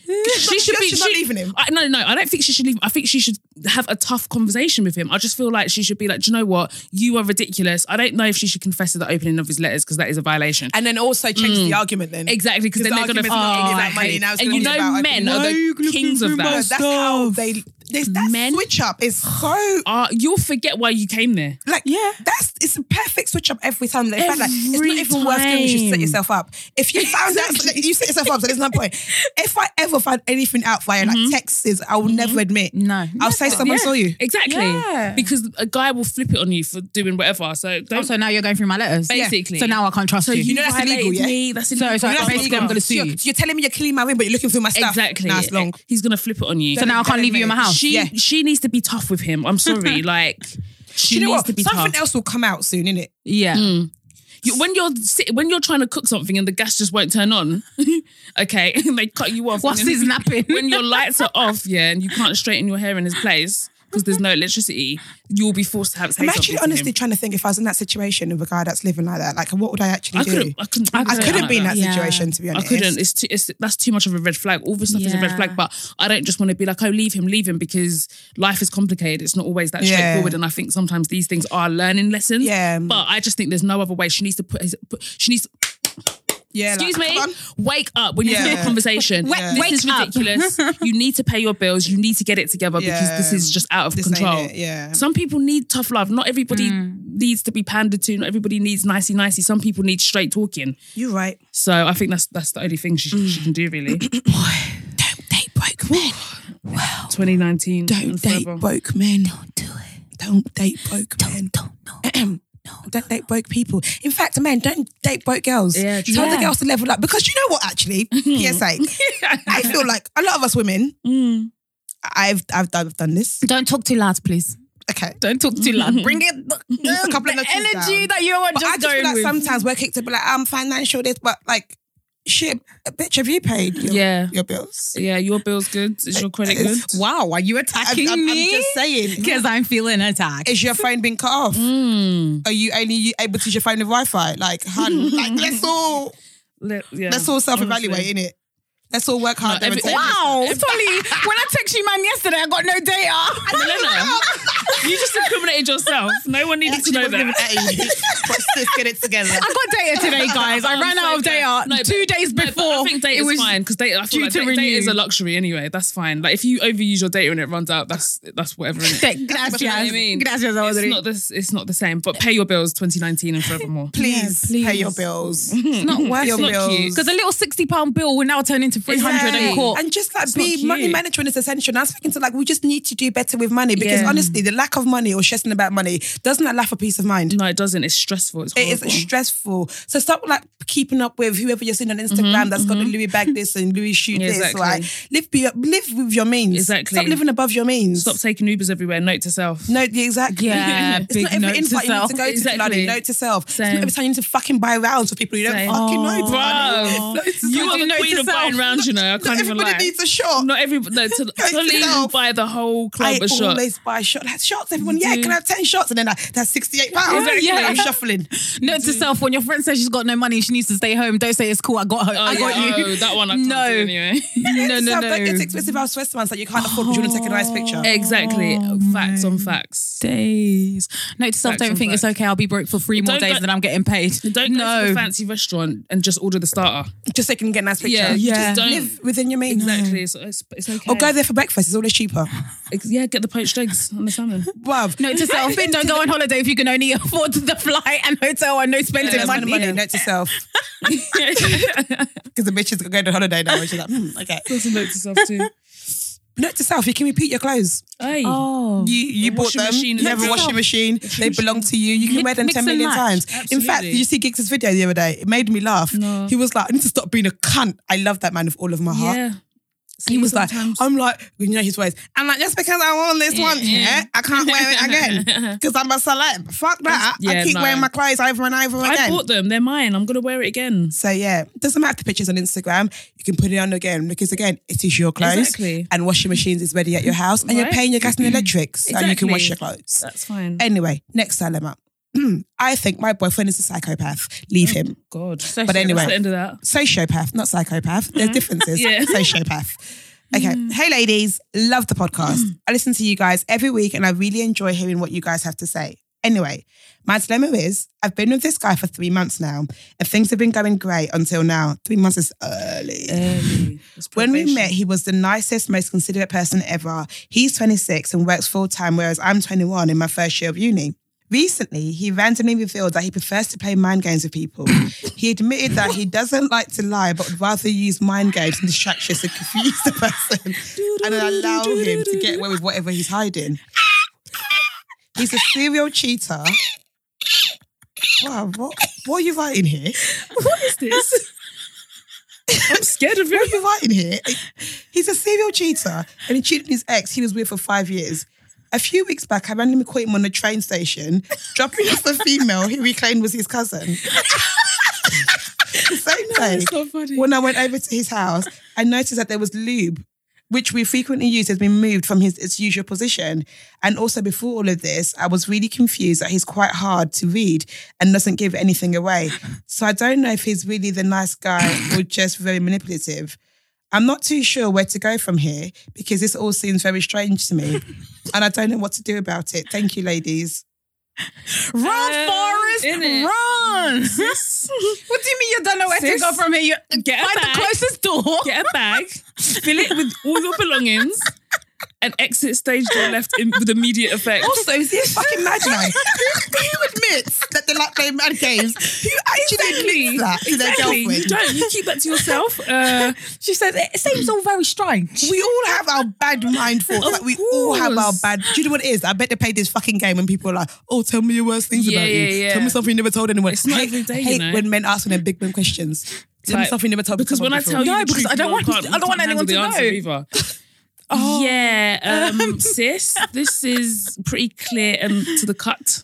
She should be she's not leaving him. I, no, no, I don't think she should leave. I think she should have a tough conversation with him. I just feel like she should be like, do you know what? You are ridiculous. I don't know if she should confess to the opening of his letters because that is a violation. And then also change Mm. the argument then. Exactly, because His then they're going argument's to not getting that money now, it's And gonna you be know, about, okay, men why are are you the kings of No, that. that's how they. This, that Men- switch up is so Uh, you'll forget why you came there. like yeah. That's it's a perfect switch up every time. Like, in fact, like, it's not Every even worth doing. You should set time. yourself up. If you found out, like, you set yourself up. So there's no point. If I ever find anything out via Mm-hmm. like texts, I will never admit. No, I'll never. say someone saw you. Exactly. Yeah. Because a guy will flip it on you for doing whatever. So don't. So now you're going through my letters. Basically. So now I can't trust you. you know that's violated illegal, yeah? Me. That's So- illegal. so Blah, That's blah, basically blah. I'm gonna sue you're, you. you're telling me you're cleaning my room, but you're looking through my stuff. Exactly. Nah, it's long. He's gonna flip it on you. So now I can't leave you in my house. tough, she yeah. she needs to be tough with him. I'm sorry, like Do she you know needs what? to be Something tough. else will come out soon, innit? Yeah. Mm. You- when you're sit- when you're trying to cook something and the gas just won't turn on, okay, and they cut you off. What's and then- his napping? when your lights are off, yeah, and you can't straighten your hair in his place because there's no electricity, you'll be forced to have. Say I'm actually something to honestly him. trying to think if I was in that situation of a guy that's living like that, like what would I actually I do? couldn't. I couldn't. I couldn't be in that Yeah. situation to be I honest. couldn't. It's, too, it's that's too much of a red flag. All this stuff is a red Yeah. flag, but I don't just want to be like, oh, leave him, leave him, because life is complicated. It's not always that Yeah. straightforward, and I think sometimes these things are learning lessons. Yeah. But I just think there's no other way. She needs to put. His, put she needs. Yeah, excuse like, me. come on. Wake up. We need to have Yeah. a conversation. Wake- This wake is up. ridiculous. you need to pay your bills. You need to get it together Yeah. because this is just out of This ain't control. it, yeah. Some people need tough love. Not everybody Mm. needs to be pandered to. Not everybody needs nicey nicey. Some people need straight talking. You're right. So I think that's that's the only thing she, she can do really. Don't date broke men. 2019. Don't and date forever. broke men. Don't do it. Don't date broke men. Don't no. No, don't date broke people. In fact, men, don't date broke girls. Yeah, true. Mm-hmm. Tell the Yeah. girls to level up. Because you know what, actually? PSA. I feel like a lot of us women, Mm. I've I've done, I've done this. Don't talk too loud, please. Okay. Don't talk too loud. Bring it A couple of the notches energy down. that you were But just, I just going feel like with. sometimes we're kicked to be like, I'm financial this, but like, shit, bitch, have you paid your, Yeah. your bills? Yeah, your bill's good. Is your credit good? It's- wow, are you I'm, attacking I'm- I'm me? just saying. Because I'm feeling attacked. Is your phone been cut off? Mm. Are you only you able to use your phone with Wi-Fi? Like, hun, like let's all Let- yeah, let's all self-evaluate, honestly. in it. Let's all work hard. every- Wow, Tolly, when I text you, man, yesterday, I got no data. Elena, you just incriminated yourself. No one needed to know that. Let's get it together. I got data today, guys. I I'm ran so out of data glad. No, two days No, but before. I think data it is was fine because data, I feel due like to data, data renew. is a luxury anyway. That's fine. Like if you overuse your data and it runs out, that's that's whatever. Innit? Gracias. You know what I mean? Gracias, It's Audrey. not this. It's not the same. But pay your bills, 2019 and forevermore. Please, Yeah, pay please. your bills. It's not worth your not bills. cute. Because a little £60 bill will now turn into 300 in Yeah. court. And just like not be cute. money management is essential. And I was thinking to like we just need to do better with money because Yeah. honestly, the lack of money or stressing about money doesn't allow for peace of mind. No, it doesn't. It's stressful. It's It horrible. is stressful. So stop like keeping up with whoever you're seeing on Instagram that's got a Louis bag this and Louis shoe Yeah, this. Mm-hmm, exactly. Like live be, live with your means. Exactly. Stop living above your means. Stop taking Ubers everywhere. Note to self. No, yeah, exactly. Yeah, it's big not every note to invite you need self. to go to Exactly. bloody note to self. It's not Same. every time you need to fucking buy rounds for people you don't Same. fucking know. Oh. bloody. Bruv. Note to You self. are the Note queen to of self. buying rounds, you know. I Not can't even everybody lie. needs a shot. Not everybody. No, to, to totally self. buy the whole club I a shot. always buy shots. Like, shots, everyone. Yeah, can I have 10 shots? And then like, that's 68 pounds. Exactly. Yeah, I'm shuffling. Note to self, when your friend says she's got no money, she needs to stay home. Don't say it's cool, I got her. Oh, I got yeah. you. Oh, that one I can't No. do anyway. no, no, Self, no. like, It's expensive house restaurants that you can't afford, but you want to take a nice picture. exactly. Facts on facts. days. Note to self, Facts don't on think it's facts. okay. I'll be broke for three more Don't days go- than I'm getting paid. Don't go to no. a fancy restaurant and just order the starter. Just so you can get a nice picture. Yeah, Yeah. Just don't. Live within your means. Exactly. It's, it's, it's okay. Or Oh, go there for breakfast. It's always cheaper. Ex- Yeah, get the poached eggs and the salmon. Bruv. Note to self, don't go on holiday if you can only afford the flight and hotel and no spending Yeah, Mind money. the money, note to self. Because the bitch is going on holiday now. And she's like, hmm, okay. That's a note to self too. Note to self, you can repeat your clothes. Hey. Oh. You you The bought washing them. machine is you have a everywhere. washing machine. They belong to you. You can Mix- wear them mix ten and million match. times. In fact, Absolutely. did you see Giggs's video the other day? It made me laugh. No. He was like, I need to stop being a cunt. I love that man with all of my heart. Yeah. He See, was sometimes- like, I'm like, you know his ways. I'm like, just because I wore this once, yeah, I can't wear it again because I'm a celeb. Fuck that. I Yeah, keep no. wearing my clothes over and over again. I bought them. They're mine. I'm gonna wear it again. So yeah, doesn't matter if the pictures on Instagram. You can put it on again because again, it is your clothes. Exactly. And washing machines is ready at your house, and you're Right. paying your gas and electrics, so you can Exactly. wash your clothes. That's fine. Anyway, next dilemma. I think my boyfriend is a psychopath. Leave him. God. But anyway. That's the end of that. Sociopath, not psychopath. There's differences. Yeah. Sociopath. Okay. Hey, ladies. Love the podcast. I listen to you guys every week and I really enjoy hearing what you guys have to say. Anyway, my dilemma is I've been with this guy for three months now and things have been going great until now. Three months is early. Early. It's When we probation. met, he was the nicest, most considerate person ever. He's 26 and works full time, whereas I'm 21 in my first year of uni. Recently, he randomly revealed that he prefers to play mind games with people. he admitted that he doesn't like to lie, but would rather use mind games and distractions to confuse the person and then allow him to get away with whatever he's hiding. He's a serial cheater. Wow, what, what are you writing here? What is this? I'm scared of it. What are you writing here? He's a serial cheater and he cheated on his ex he was with for five years. A few weeks back, I randomly caught him on a train station, dropping off a female who he claimed was his cousin. The Same day, not funny. when I went over to his house, I noticed that there was lube, which we frequently use, has been moved from his its usual position. And also, before all of this, I was really confused that he's quite hard to read and doesn't give anything away. So I don't know if he's really the nice guy or just very manipulative. I'm not too sure where to go from here because this all seems very strange to me, and I don't know what to do about it. Thank you, ladies. Run, Um, Forrest, innit? run. Sis, What do you mean you don't know where Sis, to go from here? You get a find bag. the closest door. Get a bag, fill it with all your belongings, and exit stage door left in, with immediate effect. Also, is he a fucking madman? who, who admits that they like playing mad games? Who actually admits that to their Exactly. You girlfriend? don't. You keep that to yourself. Uh, She says it seems all very strange. We all have our bad mind thoughts. Of Like we all have our course. bad. Do you know what it is? I bet they play this fucking game when people are like, "Oh, tell me your worst things Yeah, about you. yeah, yeah. Tell me something you never told anyone." It's not I every day, you hate know. when men ask me them big men questions. Tell me Like, something you never told because when someone I before. tell you, No, the because truth, I don't you want- can't- I you don't want can't handle anyone to the answer know. Either. Oh. Yeah, um, sis, this is pretty clear and to the cut.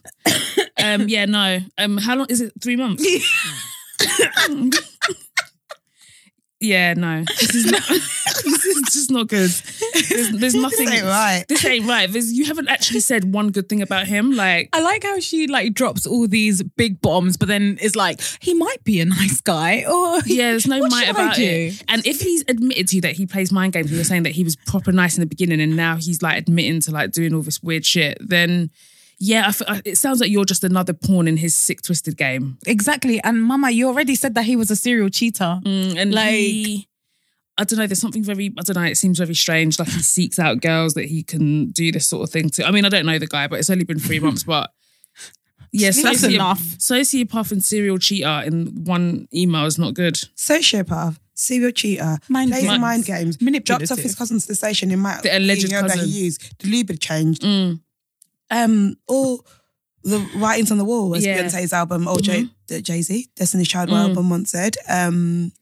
Um, yeah, no. Um, how long is it? Three months. yeah, no. This is not. this is just not good. There's, there's nothing. ain't right. This ain't right. There's, you haven't actually said one good thing about him. Like, I like how she like drops all these big bombs, but then is like, he might be a nice guy. Or Yeah, there's no What might should I about do? it. And if he's admitted to you that he plays mind games, and you're saying that he was proper nice in the beginning, and now he's like admitting to like doing all this weird shit, then yeah, I f- I- it sounds like you're just another pawn in his sick, twisted game. exactly. And Mama, you already said that he was a serial cheater. Mm, and Like- he- I don't know. There's something very I don't know. It seems very strange. Like he seeks out girls that he can do this sort of thing to. I mean, I don't know the guy, but it's only been three months. But yeah, That's soci- enough. Sociopath and serial cheater in one email is not good. sociopath, serial cheater, Mind plays games. mind games, dropped off his Manipulative. cousin to the station in my The alleged email that cousin. he used. The lube had changed. Mm. Um, all the writings on the wall, as Yeah. Mm-hmm. Mm. Beyonce's album, or Jay Jay Z, Destiny's Child album once said. Um,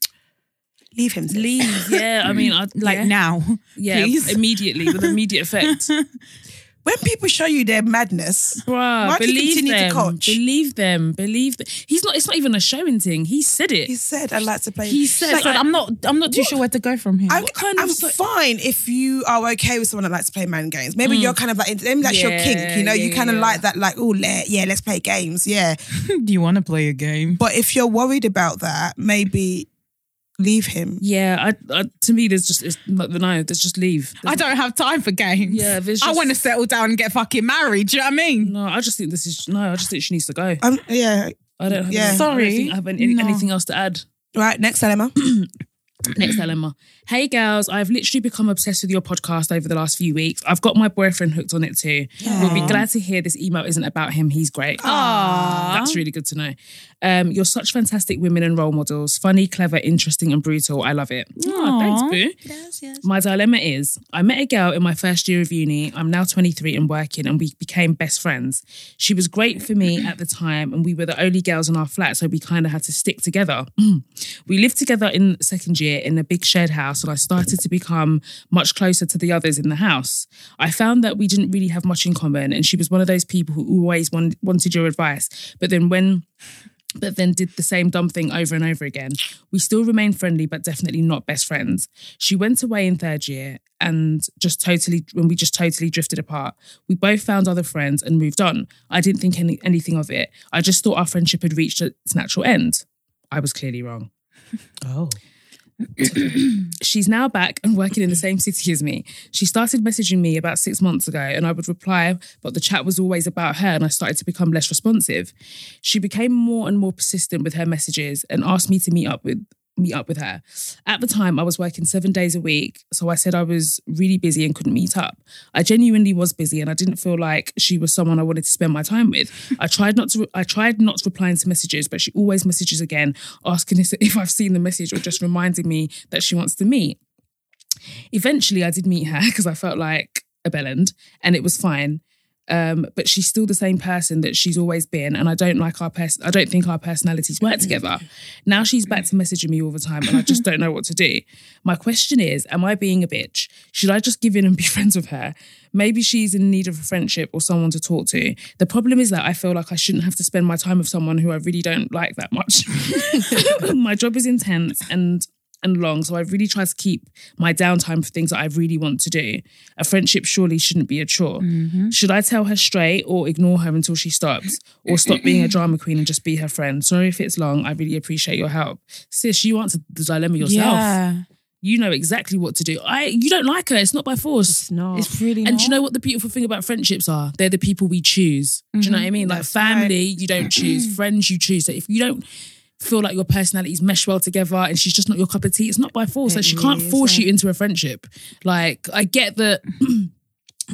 leave him. sis. Leave. Yeah, I mean, I, Like yeah. now. Yeah, Please. immediately with immediate effect. When people show you their madness, Bruh, Why do you believe continue to them. coach? Believe them. Believe them. He's not. It's not even a showing thing. He said it. he said, "I'd like to play." he said. Like, like, I'm not I'm not too sure where to go from here. I'm, what kind I'm of so- fine if you are okay with someone that likes to play man games. Maybe you're kind of like, maybe that's your Mm. Yeah, kink, you know? yeah, you kind of yeah. like that, like, oh, le- yeah, let's play games. Yeah. Do you want to play a game? But if you're worried about that, maybe leave him. yeah. I, I, to me, there's just it's not the no. There's just leave. I don't have time for games. Yeah, there's I just- Mm. want to settle down and get fucking married. Do you know what I mean? No, I just think this is no. I just think she needs to go. Um, yeah. I don't. Have Yeah. any- I Sorry. don't think I have any, No. anything else to add. Right. Next dilemma. Next dilemma. Hey girls, I've literally become obsessed with your podcast over the last few weeks. I've got my boyfriend hooked on it too. We'll be glad to hear this email isn't about him. He's great. Aww. That's really good to know. Um, you're such fantastic women and role models. Funny, clever, interesting, and brutal. I love it. Aw, thanks, Aw. boo. My dilemma is I met a girl in my first year of uni. I'm now 23 and working, and we became best friends. She was great for me at the time, and we were the only girls in our flat, so we kind of had to stick together. we lived together in second year in a big shared house, and I started to become much closer to the others in the house. I found that we didn't really have much in common, and she was one of those people who always wan- wanted your advice. But then when but then did the same dumb thing over and over again. We still remain friendly, but definitely not best friends. She went away in third year and just totally, when we just totally drifted apart. We both found other friends and moved on. I didn't think any, anything of it. I just thought our friendship had reached its natural end. I was clearly wrong. Oh. She's now back and working in the same city as me. She started messaging me about six months ago, and I would reply, but the chat was always about her, and I started to become less responsive. She became more and more persistent with her messages and asked me to meet up with meet up with her. At the time, I was working seven days a week, so I said I was really busy and couldn't meet up. I genuinely was busy, and I didn't feel like she was someone I wanted to spend my time with. I tried not to. I tried not replying to messages, but she always messages again, asking if- if I've seen the message or just reminding me that she wants to meet. Eventually, I did meet her because I felt like a bellend, and it was fine. Um, but she's still the same person that she's always been, and I don't like our person. I don't think our personalities work together. Now she's back to messaging me all the time, and I just don't know what to do. My question is: Am I being a bitch? Should I just give in and be friends with her? Maybe she's in need of a friendship or someone to talk to. The problem is that I feel like I shouldn't have to spend my time with someone who I really don't like that much. my job is intense and and long, so I really try to keep my downtime for things that I really want to do. A friendship surely shouldn't be a chore. Should I tell her straight or ignore her until she stops or stop being a drama queen and just be her friend? Sorry if it's long. I really appreciate your help. Sis, you answered the dilemma yourself. Yeah. You know exactly what to do. I you don't like her. It's not by force. It's not. It's really And not. do you know what the beautiful thing about friendships are? They're the people we choose. Do you know what I mean? Like family, you don't choose. Friends, you choose. So if you don't feel like your personalities mesh well together and she's just not your cup of tea, it's not by force. Like she can't force you into a friendship. Like I get that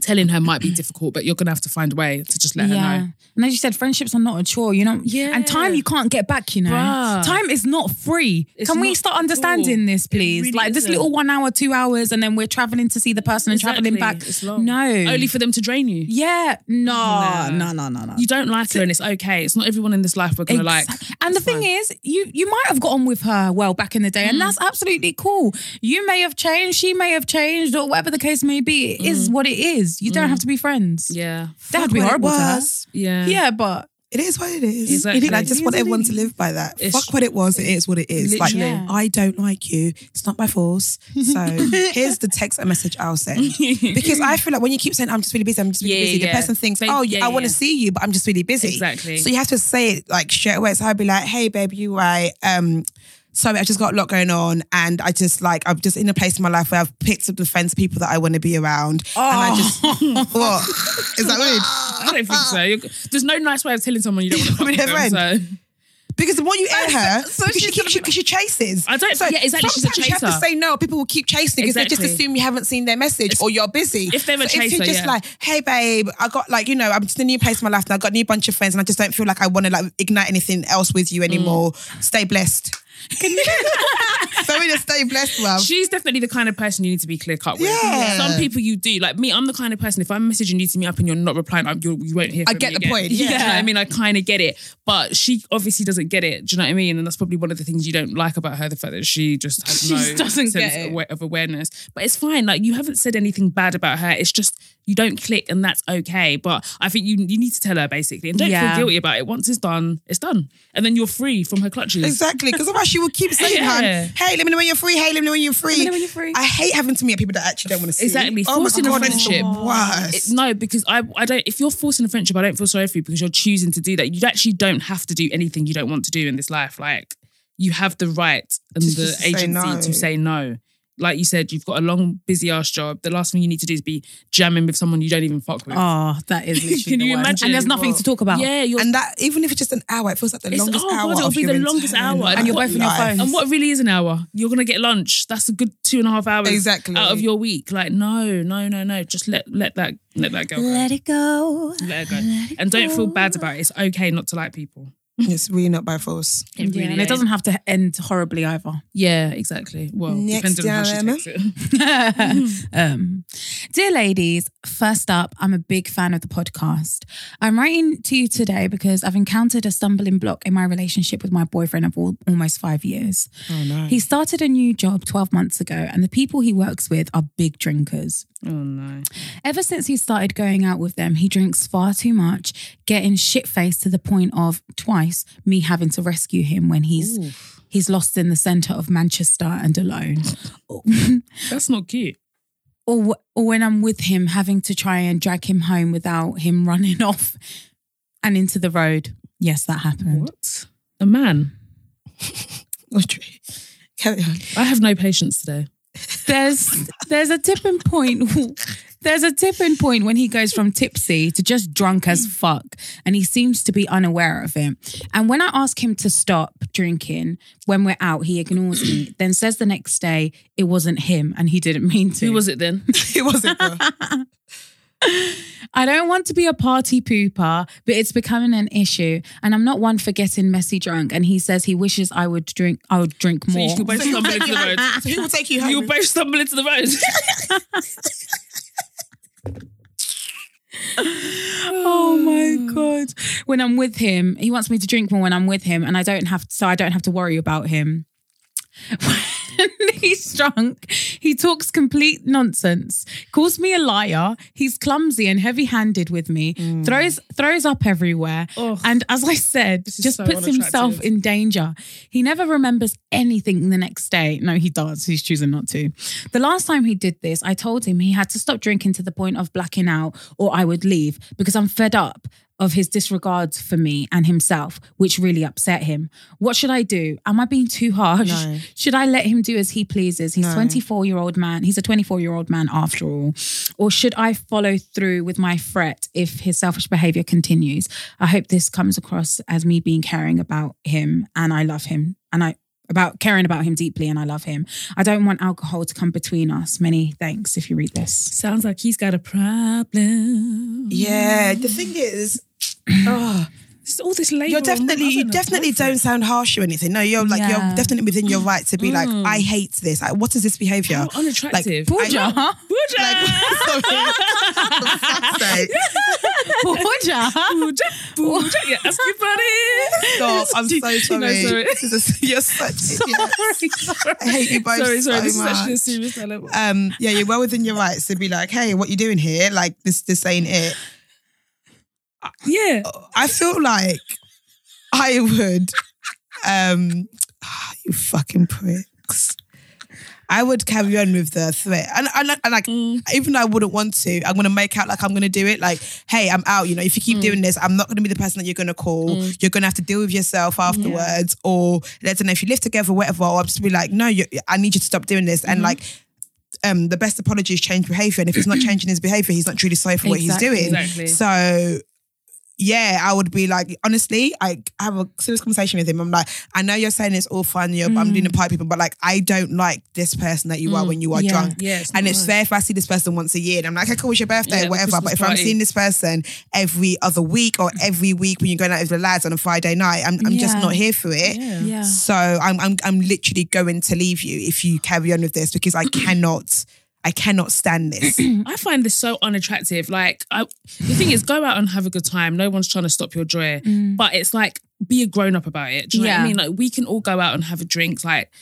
telling her might be difficult, but you're gonna have to find a way to just let her know. And as you said, friendships are not a chore, you know? Yeah. And time you can't get back, you know? Bruh. Time is not free. It's Can we not start at understanding all. this, It please? really like this isn't. little one hour, two hours, and then we're traveling to see the person and traveling Exactly. back. It's long. No. Only for them to drain you. yeah. No. Nah. No, no, no, no. You don't like her and it's okay. It's not everyone in this life we're gonna like. Exact- and the thing is, you you might have got on with her well back in the Mm. day, and that's absolutely cool. You may have changed, she may have changed, or whatever the case may be. It is what it is. You don't have to be friends. Mm. Yeah. That would be Fuck what it horrible to her. was. Yeah. Yeah, but It is what it is. Exactly. And I just want It is what everyone it to live by that. It's- Fuck what it was, it is what it is. Literally. Like, I don't like you. It's not by force. So here's the text and message I'll send. Because I feel like when you keep saying, I'm just really busy, I'm just really Yeah, busy, the yeah. person thinks, They- oh, yeah, I want to yeah. see you, but I'm just really busy. Exactly. So you have to say it like straight away. So I'd be like, hey, babe, you right? Um, sorry, I just got a lot going on. And I just like, I'm just in a place in my life where I've picked up the friends, people that I want to be around. And I just, Oh. what? Is that weird? I don't think so. You're, there's no nice way of telling someone you don't want to fuck I mean, with her them. So. Because the more you air her, so because she, she's keeps, she, 'cause she chases. I don't- So yeah, exactly, she's a sometimes You have to chaser. say no. People will keep chasing because they just Exactly. assume you haven't seen their message or you're busy. if they're a so if you're chaser, just yeah. like, hey babe, I got like you know, I'm just in a new place in my life and I got a new bunch of friends and I just don't feel like I want to like ignite anything else with you anymore. Mm. Stay blessed. so we just stay blessed, love. She's definitely the kind of person you need to be clear cut with. Yeah. Some people you do. Like me, I'm the kind of person, if I'm messaging you to meet up and you're not replying, I'm, you're, you won't hear I from get me the again. point, Do you yeah. know what I mean? I kind of get it. But she obviously doesn't get it. Do you know what I mean? And that's probably one of the things you don't like about her, the fact that she just has She no just doesn't sense get it. awa- of awareness. But it's fine. Like you haven't said anything bad about her. It's just you don't click and that's okay. But I think you, you need to tell her basically. And don't Yeah. feel guilty about it. Once it's done, it's done. And then you're free from her clutches. Exactly, because otherwise she will keep saying, Yeah. "Hun, hey, let me know when you're free. Hey, let me know when you're free. Let me know when you're free. I hate having to meet people that I actually don't want to see. Exactly. Oh my Forcing a God, it's the friendship. worst. It- no, because I, I don't. If you're forcing a friendship, I don't feel sorry for you because you're choosing to do that. You actually don't have to do anything you don't want to do in this life. Like you have the right and Just- the just to say agency no. to say no. Like you said, you've got a long, busy ass job. The last thing you need to do is be jamming with someone you don't even fuck with. oh, that is literally Can the you worst. imagine? And there's nothing to talk about. yeah, you're. And that, even if it's just an hour, it feels like the It's- longest oh, God, hour. it'll of be your the longest entire hour. life. And you're both on your Life. phone. and what really is an hour? You're gonna get lunch. That's a good two and a half hours Exactly. out of your week. Like no, no, no, no. Just let let that let that go. Let it go. Let her go. and don't feel bad about it. It's okay not to like people. It's really not by force. It yeah, really and it is. doesn't have to end horribly either. Yeah, exactly. Well, Next depending on how she dilemma. takes it. um, dear ladies, first up, I'm a big fan of the podcast. I'm writing to you today because I've encountered a stumbling block in my relationship with my boyfriend of al- almost five years. Oh, no. He started a new job 12 months ago, and the people he works with are big drinkers. Oh no. Ever since he started going out with them, he drinks far too much, getting shit faced to the point of twice me having to rescue him when he's he's lost in the centre of Manchester and alone. That's not cute. or or when I'm with him, having to try and drag him home without him running off and into the road. Yes, that happened. What? A man. Audrey, carry on. I have no patience today. There's there's a tipping point. There's a tipping point when he goes from tipsy to just drunk as fuck, and he seems to be unaware of it. And when I ask him to stop drinking when we're out, he ignores me. Then says the next day it wasn't him and he didn't mean to. Who was it then? It wasn't her. I don't want to be a party pooper, but it's becoming an issue. And I'm not one for getting messy drunk. And he says he wishes I would drink. I would drink So more. you both stumble into the road. So who will take you You home? both stumble into the road. Oh when I'm with him, he wants me to drink more when I'm with him, and I don't have so I don't have to worry about him. When he's drunk, he talks complete nonsense, calls me a liar. He's clumsy and heavy-handed with me. throws throws up everywhere, Mm. Ugh. and as I said, is just so puts himself unattractive. in danger. He never remembers anything the next day. No, he does. He's choosing not to. The last time he did this, I told him he had to stop drinking to the point of blacking out or I would leave because I'm fed up of his disregards for me and himself, which really upset him. What should I do? Am I being too harsh? No. Should I let him do as he pleases? He's 24 year old man. He's a 24 year old man after all. Or should I follow through with my threat if his selfish behavior continues? I hope this comes across as me being caring about him and I love him and I about caring about him deeply and I love him. I don't want alcohol to come between us. Many thanks if you read this. Sounds like he's got a problem. Yeah, the thing is, oh, It's all this labor. you're definitely you definitely don't sound harsh or anything. No, you're like Yeah. you're definitely within your right to be like, Mm. I hate this. Like, what is this behavior? How unattractive. Like, Borgia. I- Buja. Like, sorry. For fuck's sake. Borgia. Buja. Buja. Yeah, ask your buddy. Stop. I'm so No, sorry. sorry. This is a- you're such Sorry, sorry. I hate you both Sorry, sorry. so this is actually a much. serious dilemma. um, yeah, you're well within your rights to be like, hey, what you doing here? Like this this ain't it. yeah. I feel like I would um ah, you fucking pricks. I would carry on with the threat. And, and, and like even though I wouldn't want to, I'm gonna make out like I'm gonna do it. Like, hey, I'm out, you know, if you keep doing this, I'm not gonna be the person that you're gonna call. You're gonna have to deal with yourself afterwards, or let them know if you live together, whatever, or I'll just be like, no, you I need you to stop doing this. And like um, the best apology is change behavior. And if he's not changing his behavior, he's not truly sorry for what Exactly. he's doing. Exactly. So yeah, I would be like, honestly, I have a serious conversation with him. I'm like, I know you're saying it's all fun, you're, I'm doing the party people, but like, I don't like this person that you are when you are Yeah. drunk. Mm. Yeah, it's and not it's nice. fair if I see this person once a year and I'm like, okay, cool, it's your birthday, Yeah, the whatever. But Christmas if I'm party. Mm. seeing this person every other week or every week when you're going out with the lads on a Friday night, I'm, I'm just Yeah. not here for it. Yeah. So I'm, I'm I'm literally going to leave you if you carry on with this because I cannot I cannot stand this. I find this so unattractive. Like, I, the thing is, go out and have a good time. No one's trying to stop your joy, but it's like be a grown up about it. Do you know what Mm. Yeah. I mean? Like, we can all go out and have a drink, like,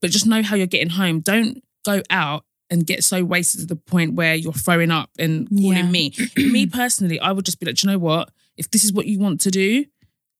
but just know how you're getting home. Don't go out and get so wasted to the point where you're throwing up and calling Yeah. me. me personally, I would just be like, do you know what? If this is what you want to do,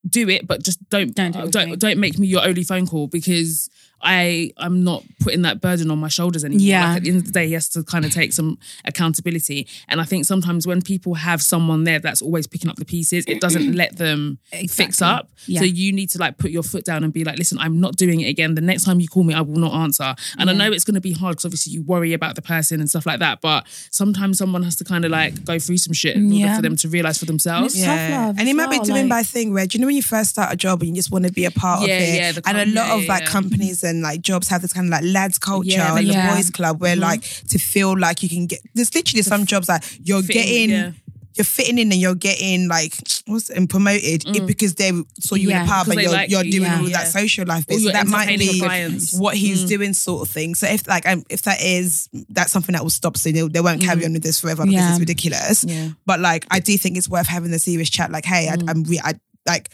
do it, but just don't don't Don't do it with me. don't, don't make me your only phone call because I I'm not putting that burden on my shoulders anymore. Yeah. Like at the end of the day, he has to kind of take some accountability. And I think sometimes when people have someone there that's always picking up the pieces, it doesn't let them fix Exactly. up. Yeah. So you need to like put your foot down and be like, listen, I'm not doing it again. The next time you call me, I will not answer. And I know it's going to be hard because obviously you worry about the person and stuff like that. But sometimes someone has to kind of like go through some shit in order Yeah. for them to realize for themselves. It's tough love and it as might well, be doing like- by thing where do you know when you first start a job and you just want to be a part Yeah, of it. yeah, the and a com- lot yeah, of yeah, like yeah. companies and like jobs have this kind of like lads culture Yeah, Mm-hmm. and yeah. the boys club where like to feel like you can get there's literally some jobs like you're fitting, getting yeah. you're fitting in and you're getting like what's and promoted it- because they saw you in Yeah, a pub Mm. because and they you're, like you're you, doing yeah. all Yeah. that social life Or bit. So you're that might entertaining be the clients. Mm. what he's doing sort of thing. So if like um, if that is that's something that will stop soon, they, they won't Mm. carry on with this forever because Yeah. it's ridiculous. Yeah. Mm. But like I do think it's worth having a serious chat. Like, hey, I, I'm re- I like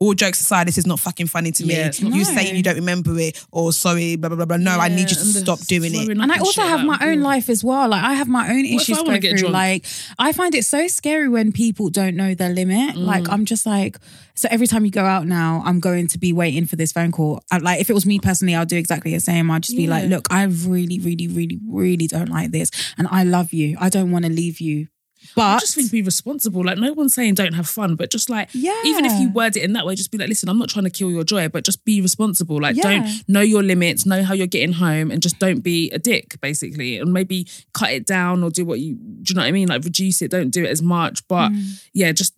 all jokes aside, this is not fucking funny to me. Yeah, it's not you funny. saying you don't remember it or sorry, blah blah blah blah. No, I need you to Yeah, and the stop doing it. throwing up And I also shit, have my like, own life as well. Like I have my own if issues I to wanna go get through. drunk? Like I find it so scary when people don't know their limit. Mm. Like I'm just like, so every time you go out now, I'm going to be waiting for this phone call. I, like if it was me personally, I'll do exactly the same. I'd just be like, look, I really, really, really, really don't like this, and I love you. I don't want to leave you, I but just think be responsible. Like no one's saying don't have fun, but just like Yeah. even if you word it in that way, just be like, listen, I'm not trying to kill your joy, but just be responsible. Like Yeah. don't know your limits, know how you're getting home, and just don't be a dick, basically. And maybe cut it down or do what you do you know what I mean? Like reduce it, don't do it as much. But Mm. yeah, just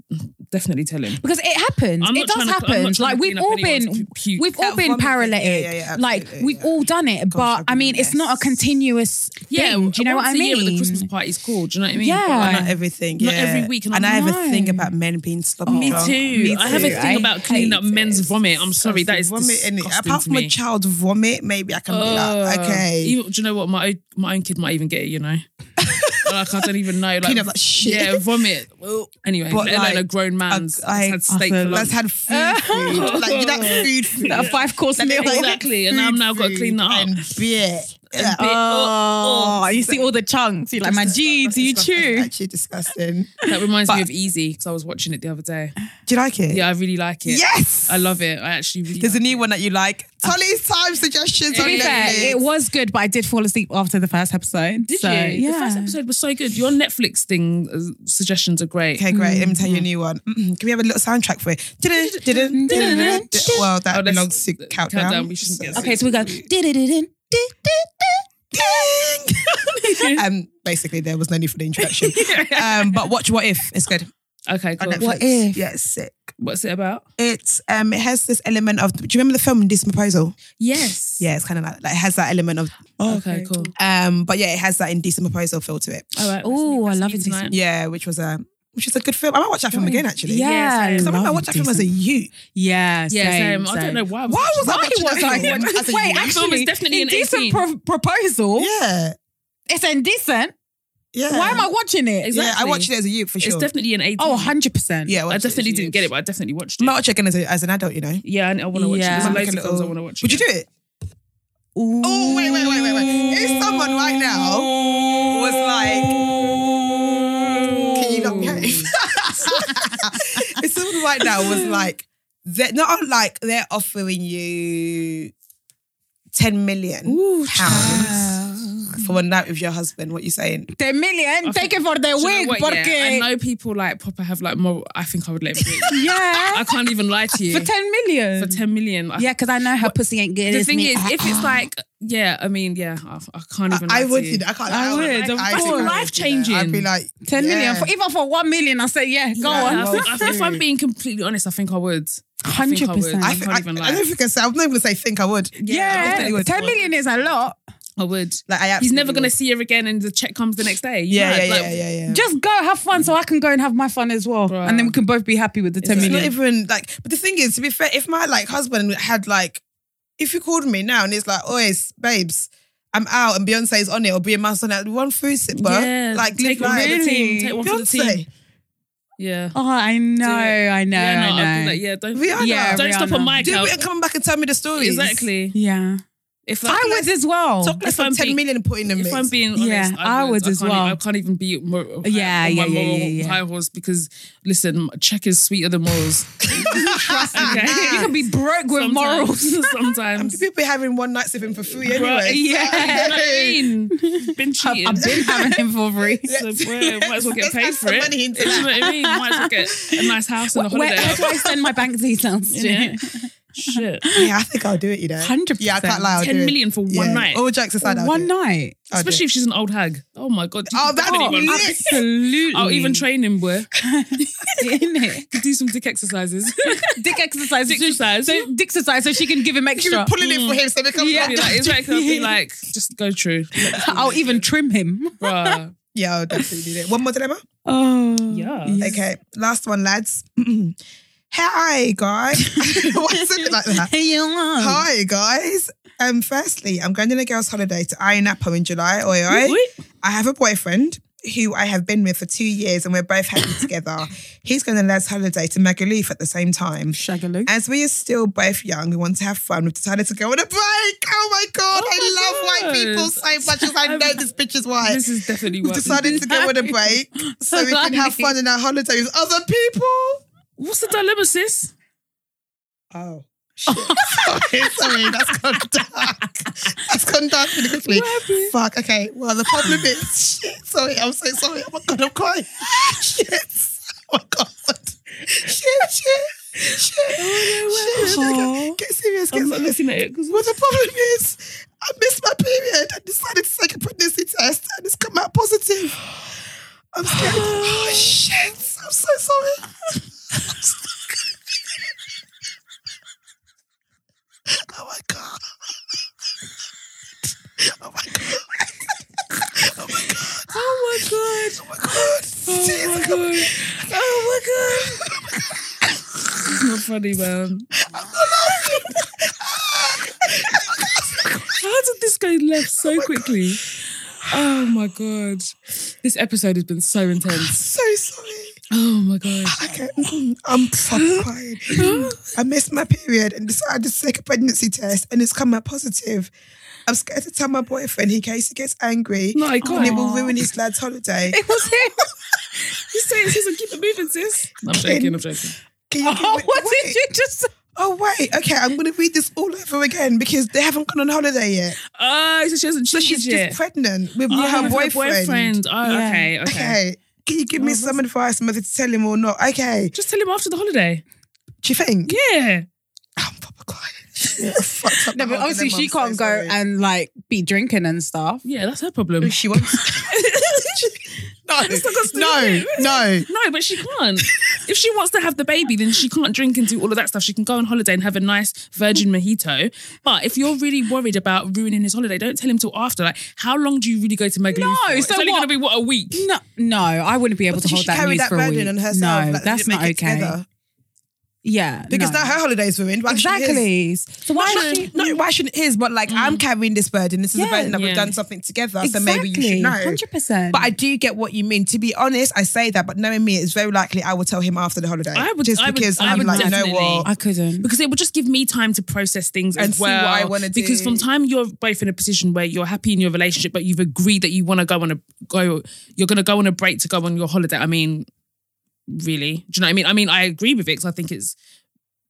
definitely tell him. because it happens. I'm It not does trying to- I'm not happen. trying like to we've clean up all anyone's been, pu- puke. we've all That been vomit thing. paralytic. Yeah, yeah, yeah, like absolutely, we've yeah. all done it, Gosh, but I've I been mean, a it's not a mess. continuous thing. Do you know once what I a year mean? with the Christmas party's cool. Do you know what I mean? Yeah. But, like, Not everything. Not yeah. every week, and And I I'm have like, a thing no. about men being sloppy. Me drunk. too. I have a too. thing I about cleaning up hate men's it. vomit. I'm sorry, that is vomit in it. disgusting Apart to from me. a child's vomit, maybe I can be Uh, like, okay. even- do you know what? My own, my own kid might even get it. You know. like I don't even know. Like, Peanut butter shit. Yeah, vomit. Well, anyway, But, let alone like, a grown man's I- that's had steak for I feel lunch. That's had food, food. like you know, that food, food. That five course meal. Exactly, and I'm now got to clean that up. And beer. Yeah. beer. Oh, Oh, you see all the chunks. You're like, my uh, G, do you It's chew? actually disgusting. That reminds me But- of Easy because I was watching it the other day. Do you like it? Yeah, I really like it. Yes. I love it. I actually really. There's a like new one that you like. Tolly's time suggestions. To on be fair, Netflix. it was good, but I did fall asleep after the first episode. Did so, you? Yeah. The first episode was so good. Your Netflix thing uh, suggestions are great. Okay, great. Let me tell you a Mm-hmm. new one. Mm-hmm. Can we have a little soundtrack for it? Well, that Oh, that's- belongs to uh, Countdown. Countdown, we shouldn't get Okay, so we go. "Di-di-di-din, di-di-di-din." Ding! um, basically, there was no need for the introduction. Um, but watch What If. It's good. Okay, On cool. Netflix. What If? Yeah, it's sick. What's it about? It's um, it has this element of. Do you remember the film Indecent Proposal? Yes. Yeah, it's kind of like, like it has that element of. okay, cool. Um, but yeah, it has that Indecent Proposal feel to it. All right. that's Ooh, me- I that's love me it, tonight. Yeah, which was a which is a good film. I might watch that film again actually. Yeah, Yeah, Because I remember I love watched that film as a decent. youth. Yeah, yeah, same, same. I don't same. know why. I Why was I watching watching was that I film? watching- as a Wait, youth? that? Film is Actually, definitely an indecent 18. pro- proposal. Yeah, It's indecent. yeah. Why am I watching it? Exactly. Yeah, I watched it as a youth for sure. It's definitely an 18. Oh, 100 percent. yeah, I watched definitely as a didn't youth. get it, but I definitely I watched it. might watch it again as, a, as an adult, you know. Yeah, and I want to watch Yeah. it. There's Like a loads of films I little- want to watch. Would you do again. it? Oh wait, wait, wait, wait, wait! If someone right now was like, can you not behave? if someone right now was like, they're not like they're offering you ten million pounds for a night with your husband, what you saying? The million, take it for the Do you know wig, what? porque. Yeah, I know people like proper have like moral. I think I would let it be. Yeah. I can't even lie to you. for 10 million. For 10 million. I yeah, because I know her pussy ain't good. the as thing me. is, if it's like, yeah, I mean, yeah, I, I can't even. I lie would, to you know, I can't. I wouldn't. would, of I course. think I would, Life-changing. you know. I'd be like 10 million. yeah. For, even for 1 million, I say, yeah, go Yeah. on. I Well, think- I think if I'm being completely honest, I think I would. I think I would. 100%. I, I, think- can't I, even I lie. don't think I say. I'm not even gonna say think I would. I Yeah, definitely would. 10 million is a lot. I would. Like I He's never absolutely gonna would. see her again, and the check comes the next day. You Yeah, know, yeah, like, yeah, yeah, yeah. Just go have fun so I can go and have my fun as well. Bruh. And then we can both be happy with the 10 It's million. not even like. But the thing is, to be fair, if my like husband had like, if you called me now and it's like, oh, it's babes, I'm out and Beyonce is on it or BMS on it, one food sip, bro. Yeah, like take live one life. for the team. Take one for the Beyonce, team. Yeah. Oh, I know, Yeah. I know, yeah, no, I'd I be know. like, yeah, don't, Rihanna. Yeah, don't stop Rihanna. on my do account. it and come back and tell me the story. Exactly. yeah. If I would as well. Talk less If I'm than ten being- million and put in the mix. If I'm being honest, Yeah, I, I would I as can't even- well. I can't even be more, Yeah, on yeah, my yeah, moral yeah, yeah. high horse because listen, check is sweeter than morals. Trust me. You can be broke with Sometimes- morals. sometimes. People be having one night sipping for free Bruh, anyway. You know what I yeah. mean? Been cheating. I've been having him for free. so, well, might as well Let's get paid add for some it. money into Do you that. know what I mean? Might as well get a nice house and a Where, holiday. where do I send my bank details to? Yeah. Shit. Yeah, I think I'll do it. You know, 100%. Yeah, I can't lie. I'll do 10 it. million for one Yeah. night. All jokes aside, I'll One do it. night. I'll do Especially it. if she's an old hag. Oh my god. you Oh, could that's definitely lit. run. Absolutely. I'll even train him, boy. in it. Could do some dick exercises. Dick exercise. dick exercise. So dick exercise so she can give him You're extra. pulling it for him, so it comes Yeah. I'll be like, exactly. I'll be like, just go through. I'll even trim him. Bruh. Yeah, I'll definitely do that. One more dilemma. Oh. Yeah. Okay, last one, lads. Hi, guys. Why is it like that? Hey, young man. Hi, guys. Um, firstly, I'm going on a girls' holiday to Ayanapo in July. Oi, oi. I have a boyfriend who I have been with for two years, and we're both happy together. He's going on a lads' holiday to Magaluf at the same time. Shagaloo. As we are still both young, we want to have fun. We've decided to go on a break. Oh my god, Oh I my love white people God. so much. Because I know this bitch is white. This is definitely We've what decided to go on a break so we can have fun in our holiday with other people. What's the dilemma, sis? Oh. Shit. sorry, sorry, that's gone dark. That's gone dark really quickly. Fuck, okay. Well, the problem is, shit, sorry, I'm so sorry. Oh my god, I'm crying. Shit. Oh my god. Shit, shit, shit. Oh, shit. wow. Get, get serious, get I'm not serious. looking at it because Well, the problem is, I missed my period. I decided to take a pregnancy test and it's come out positive. I'm scared. oh, shit. I'm so sorry. oh, my God. Oh, my God. Oh, my God. Oh, my God. Oh, my God. Oh, my God. Oh, my God. it's not funny, man. Ah. How did this go left so quickly? Oh my Oh god. This episode has been so intense. So sorry. Oh my gosh. Okay, mm, I'm fucking crying. I missed my period and decided to take a pregnancy test, and it's come out positive. I'm scared to tell my boyfriend in case he gets angry, No, I and it can't. will ruin his lad's holiday. It was him. He said, "Susan, keep it moving, sis." I'm joking. I'm joking. Can you give Oh, me- wait. just say? Oh wait, okay. I'm gonna read this all over again because they haven't gone on holiday yet. Oh, so she hasn't So cheated she's yet. just pregnant with Oh, her with boyfriend. Oh, Yeah. okay, okay, Okay. Can you give me Oh, some advice on whether to tell him or not? Okay. Just tell him after the holiday. Do you think? Yeah. I'm proper crying. I fucked up No, my but whole obviously dilemma. she I'm so can't go Oh, sorry. and like be drinking and stuff. Yeah, that's her problem. If she wants. no, not gonna stop no, it. no. No, but she can't. if she wants to have the baby, then she can't drink and do all of that stuff. She can go on holiday and have a nice virgin mojito. But if you're really worried about ruining his holiday, don't tell him till after. Like, how long do you really go to Magaluf? No, for? it's so only what? going to be what a week. No, no, I wouldn't be able to She hold should that carry news that for a week. burden on herself. no, like, they that's didn't make not it okay. together. Yeah, Because no. now her holiday's ruined. Why should his? exactly. Mm. So why Why should should she? no, why shouldn't his? But like, I'm carrying this burden. This is Yeah. a burden that Yeah. we've done something together. Exactly, So maybe you should know. Hundred percent. But I do get what you mean. To be honest, I say that, but knowing me, it's very likely I will tell him after the holiday. I would- just I would- because I am would like, you know definitely. what? I couldn't. because it would just give me time to process things Mm. And as see what well. I wanna do. Because from time you're both in a position where you're happy in your relationship, but you've agreed that you want to go on a go, you're going to go on a break to go on your holiday. I mean, really, do you know what I mean? I mean, I agree with it because I think it's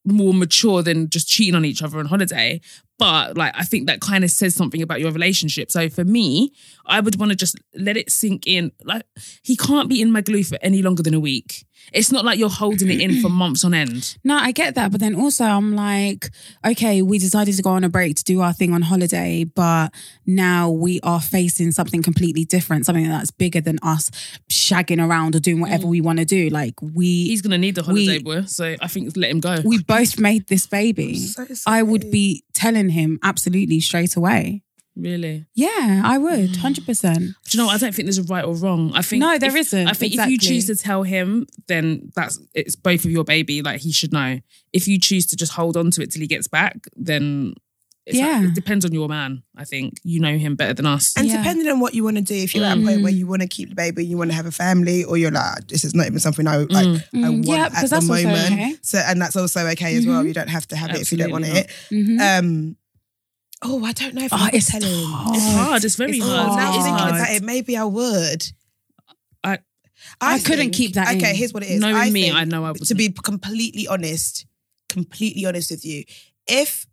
more mature than just cheating on each other on holiday. But like, I think that kind of says something about your relationship. So for me, I would want to just let it sink in. Like, he can't be in my glue for any longer than a week. It's not like you're holding it in for months on end. No, I get that. But then also, I'm like, okay, we decided to go on a break to do our thing on holiday, but now we are facing something completely different, something that's bigger than us shagging around or doing Mm. whatever we want to do. Like, we he's gonna need the holiday We- boy. So I think let him go. we both made this baby. so I would be telling him absolutely straight away. really. Yeah, I would, Mm. 100%. Do you know? What? I don't think there's a right or wrong. I think No, there there isn't. I think if you Exactly. choose to tell him, then that's it's both of your baby. Like he should know. If you choose to just hold on to it till he gets back, then it's like- Yeah. it depends on your man. I think you know him better than us. And Yeah. Mm. depending on what you want to do, if you're at a point where you want to keep the baby, you want to have a family, or you're like, this is not even something I like. I Mm, want yeah, at the because that's also moment. okay. So, and that's also okay as well. Mhm. You don't have to have it if you don't want Absolutely it. Mhm. Um, oh, I don't know if Oh, I would it's tell him. hard. it's hard. It's very It's hard. hard. Oh, Now It is thinking hard. about it, maybe I would. I- I couldn't think- keep that Okay, in. here's what it is. Knowing I me, think- I know I would. to be completely honest, completely honest with you, if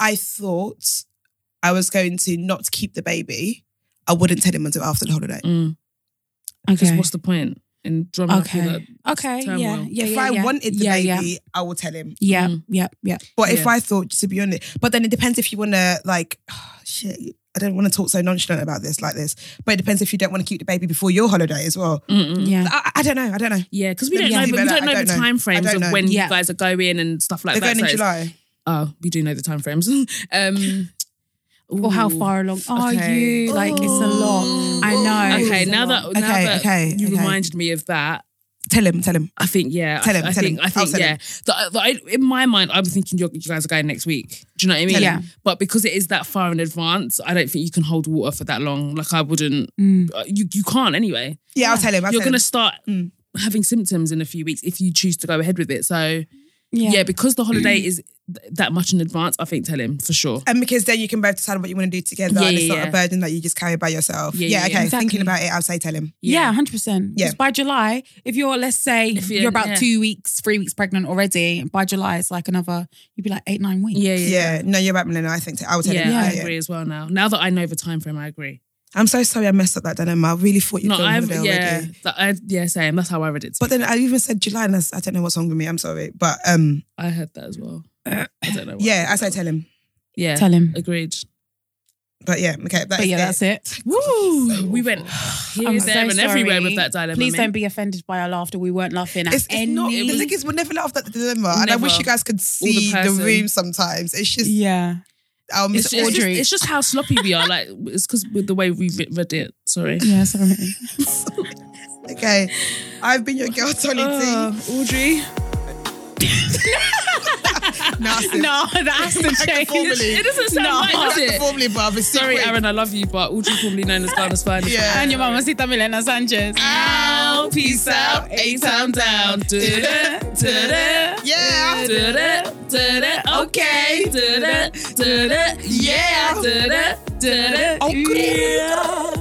I thought I was going to not keep the baby, I wouldn't tell him until after the holiday. Uh, Because Okay. Mm. what's the point in drumming up all that? Okay. Okay. Yeah. Yeah. turmoil. if yeah, I yeah. wanted the yeah, baby, Yeah. I will tell him. Yeah, Mm. yeah, yeah. But if Yeah. I thought, to be honest, but then it depends if you want to, like, shit, I don't want to talk so nonchalant about this, like this. But it depends if you don't want to keep the baby before your holiday as well. Mm-mm. Yeah. I, I don't know. I don't know. Yeah, because we Let don't me know, see but we about don't that. I know don't the know. time frames I of don't know. when Yeah. you guys are going and stuff like They're that. going in So it's- July. Oh, we do know the time frames. um, Or how Mm. ooh. far along are Okay. you? Like, it's a lot. Oh. I know. Okay, It's a now lot. that, now Okay, that okay, you okay. reminded me of that, Tell him, tell him. I think yeah. Tell I, him, I tell think him. I think I'll tell yeah. him. The- the- I- in my mind, I'm thinking you're, you guys are going next week. Do you know what I mean? Tell him. But because it is that far in advance, I don't think you can hold water for that long. Like I wouldn't. Mm. uh, You you can't anyway. Yeah, I'll tell him. I'll you're tell him. gonna start. Mm. Having symptoms in a few weeks if you choose to go ahead with it. So, yeah, Yeah. because the Mm. holiday is th- that much in advance, I think tell him for sure. And because then you can both decide what you want to do together. Yeah, and yeah, it's not yeah. a burden that you just carry by yourself. Yeah, Yeah, yeah, okay. yeah. Exactly. Thinking about it, I'll say tell him. Yeah, hundred percent. Yeah. Because by July, if you're let's say If you're- you're, about yeah. two weeks, three weeks pregnant already, by July it's like another. You'd be like eight, nine weeks. Yeah, yeah. Yeah. No, you're right, Melina. I think I will tell Yeah, him. I Yeah, yeah. agree as well now. Now that I know the time frame, I agree. I'm so sorry I messed up that dilemma. I really thought you'd No, gone on I've holiday yeah, already. that I, yeah, same. That's how I read it. But then I even said July and I, s- I don't know what's wrong with me. I'm sorry. But um, I heard that as well. I don't know. Why. yeah, I say tell him. yeah, Tell him. agreed. But yeah, okay. That's But yeah, it. that's it. Woo, so we went here, I'm there, so and everywhere sorry. with that dilemma. Please mate. don't be offended by our laughter. We weren't laughing at It's, it's any. not, the thing is, we'll never laugh at the dilemma. And I Never. wish you guys could see the, person. room sometimes. It's just, yeah. I'll miss It's, all it's, just, Audrey. it's just how sloppy we are. Like it's because with the way we re- read it. Sorry. Yeah. Sorry. Okay. Ah, I've been your girl, Tony T. Oh, Audrey. Nasty. No, that's the Like a change. formally. It doesn't sound No. right, does That's the it? formally, but I've Sorry, Aaron, I love you, but Audrey, formerly known as Ghana's finest. Yeah. And your mama, Sita Milena Sanchez. Ah. Out, peace out, eight time down. Da-da, da-da, Yeah. da-da, da-da, okay. Da-da, da-da, yeah. Da-da, da-da, Okay. yeah.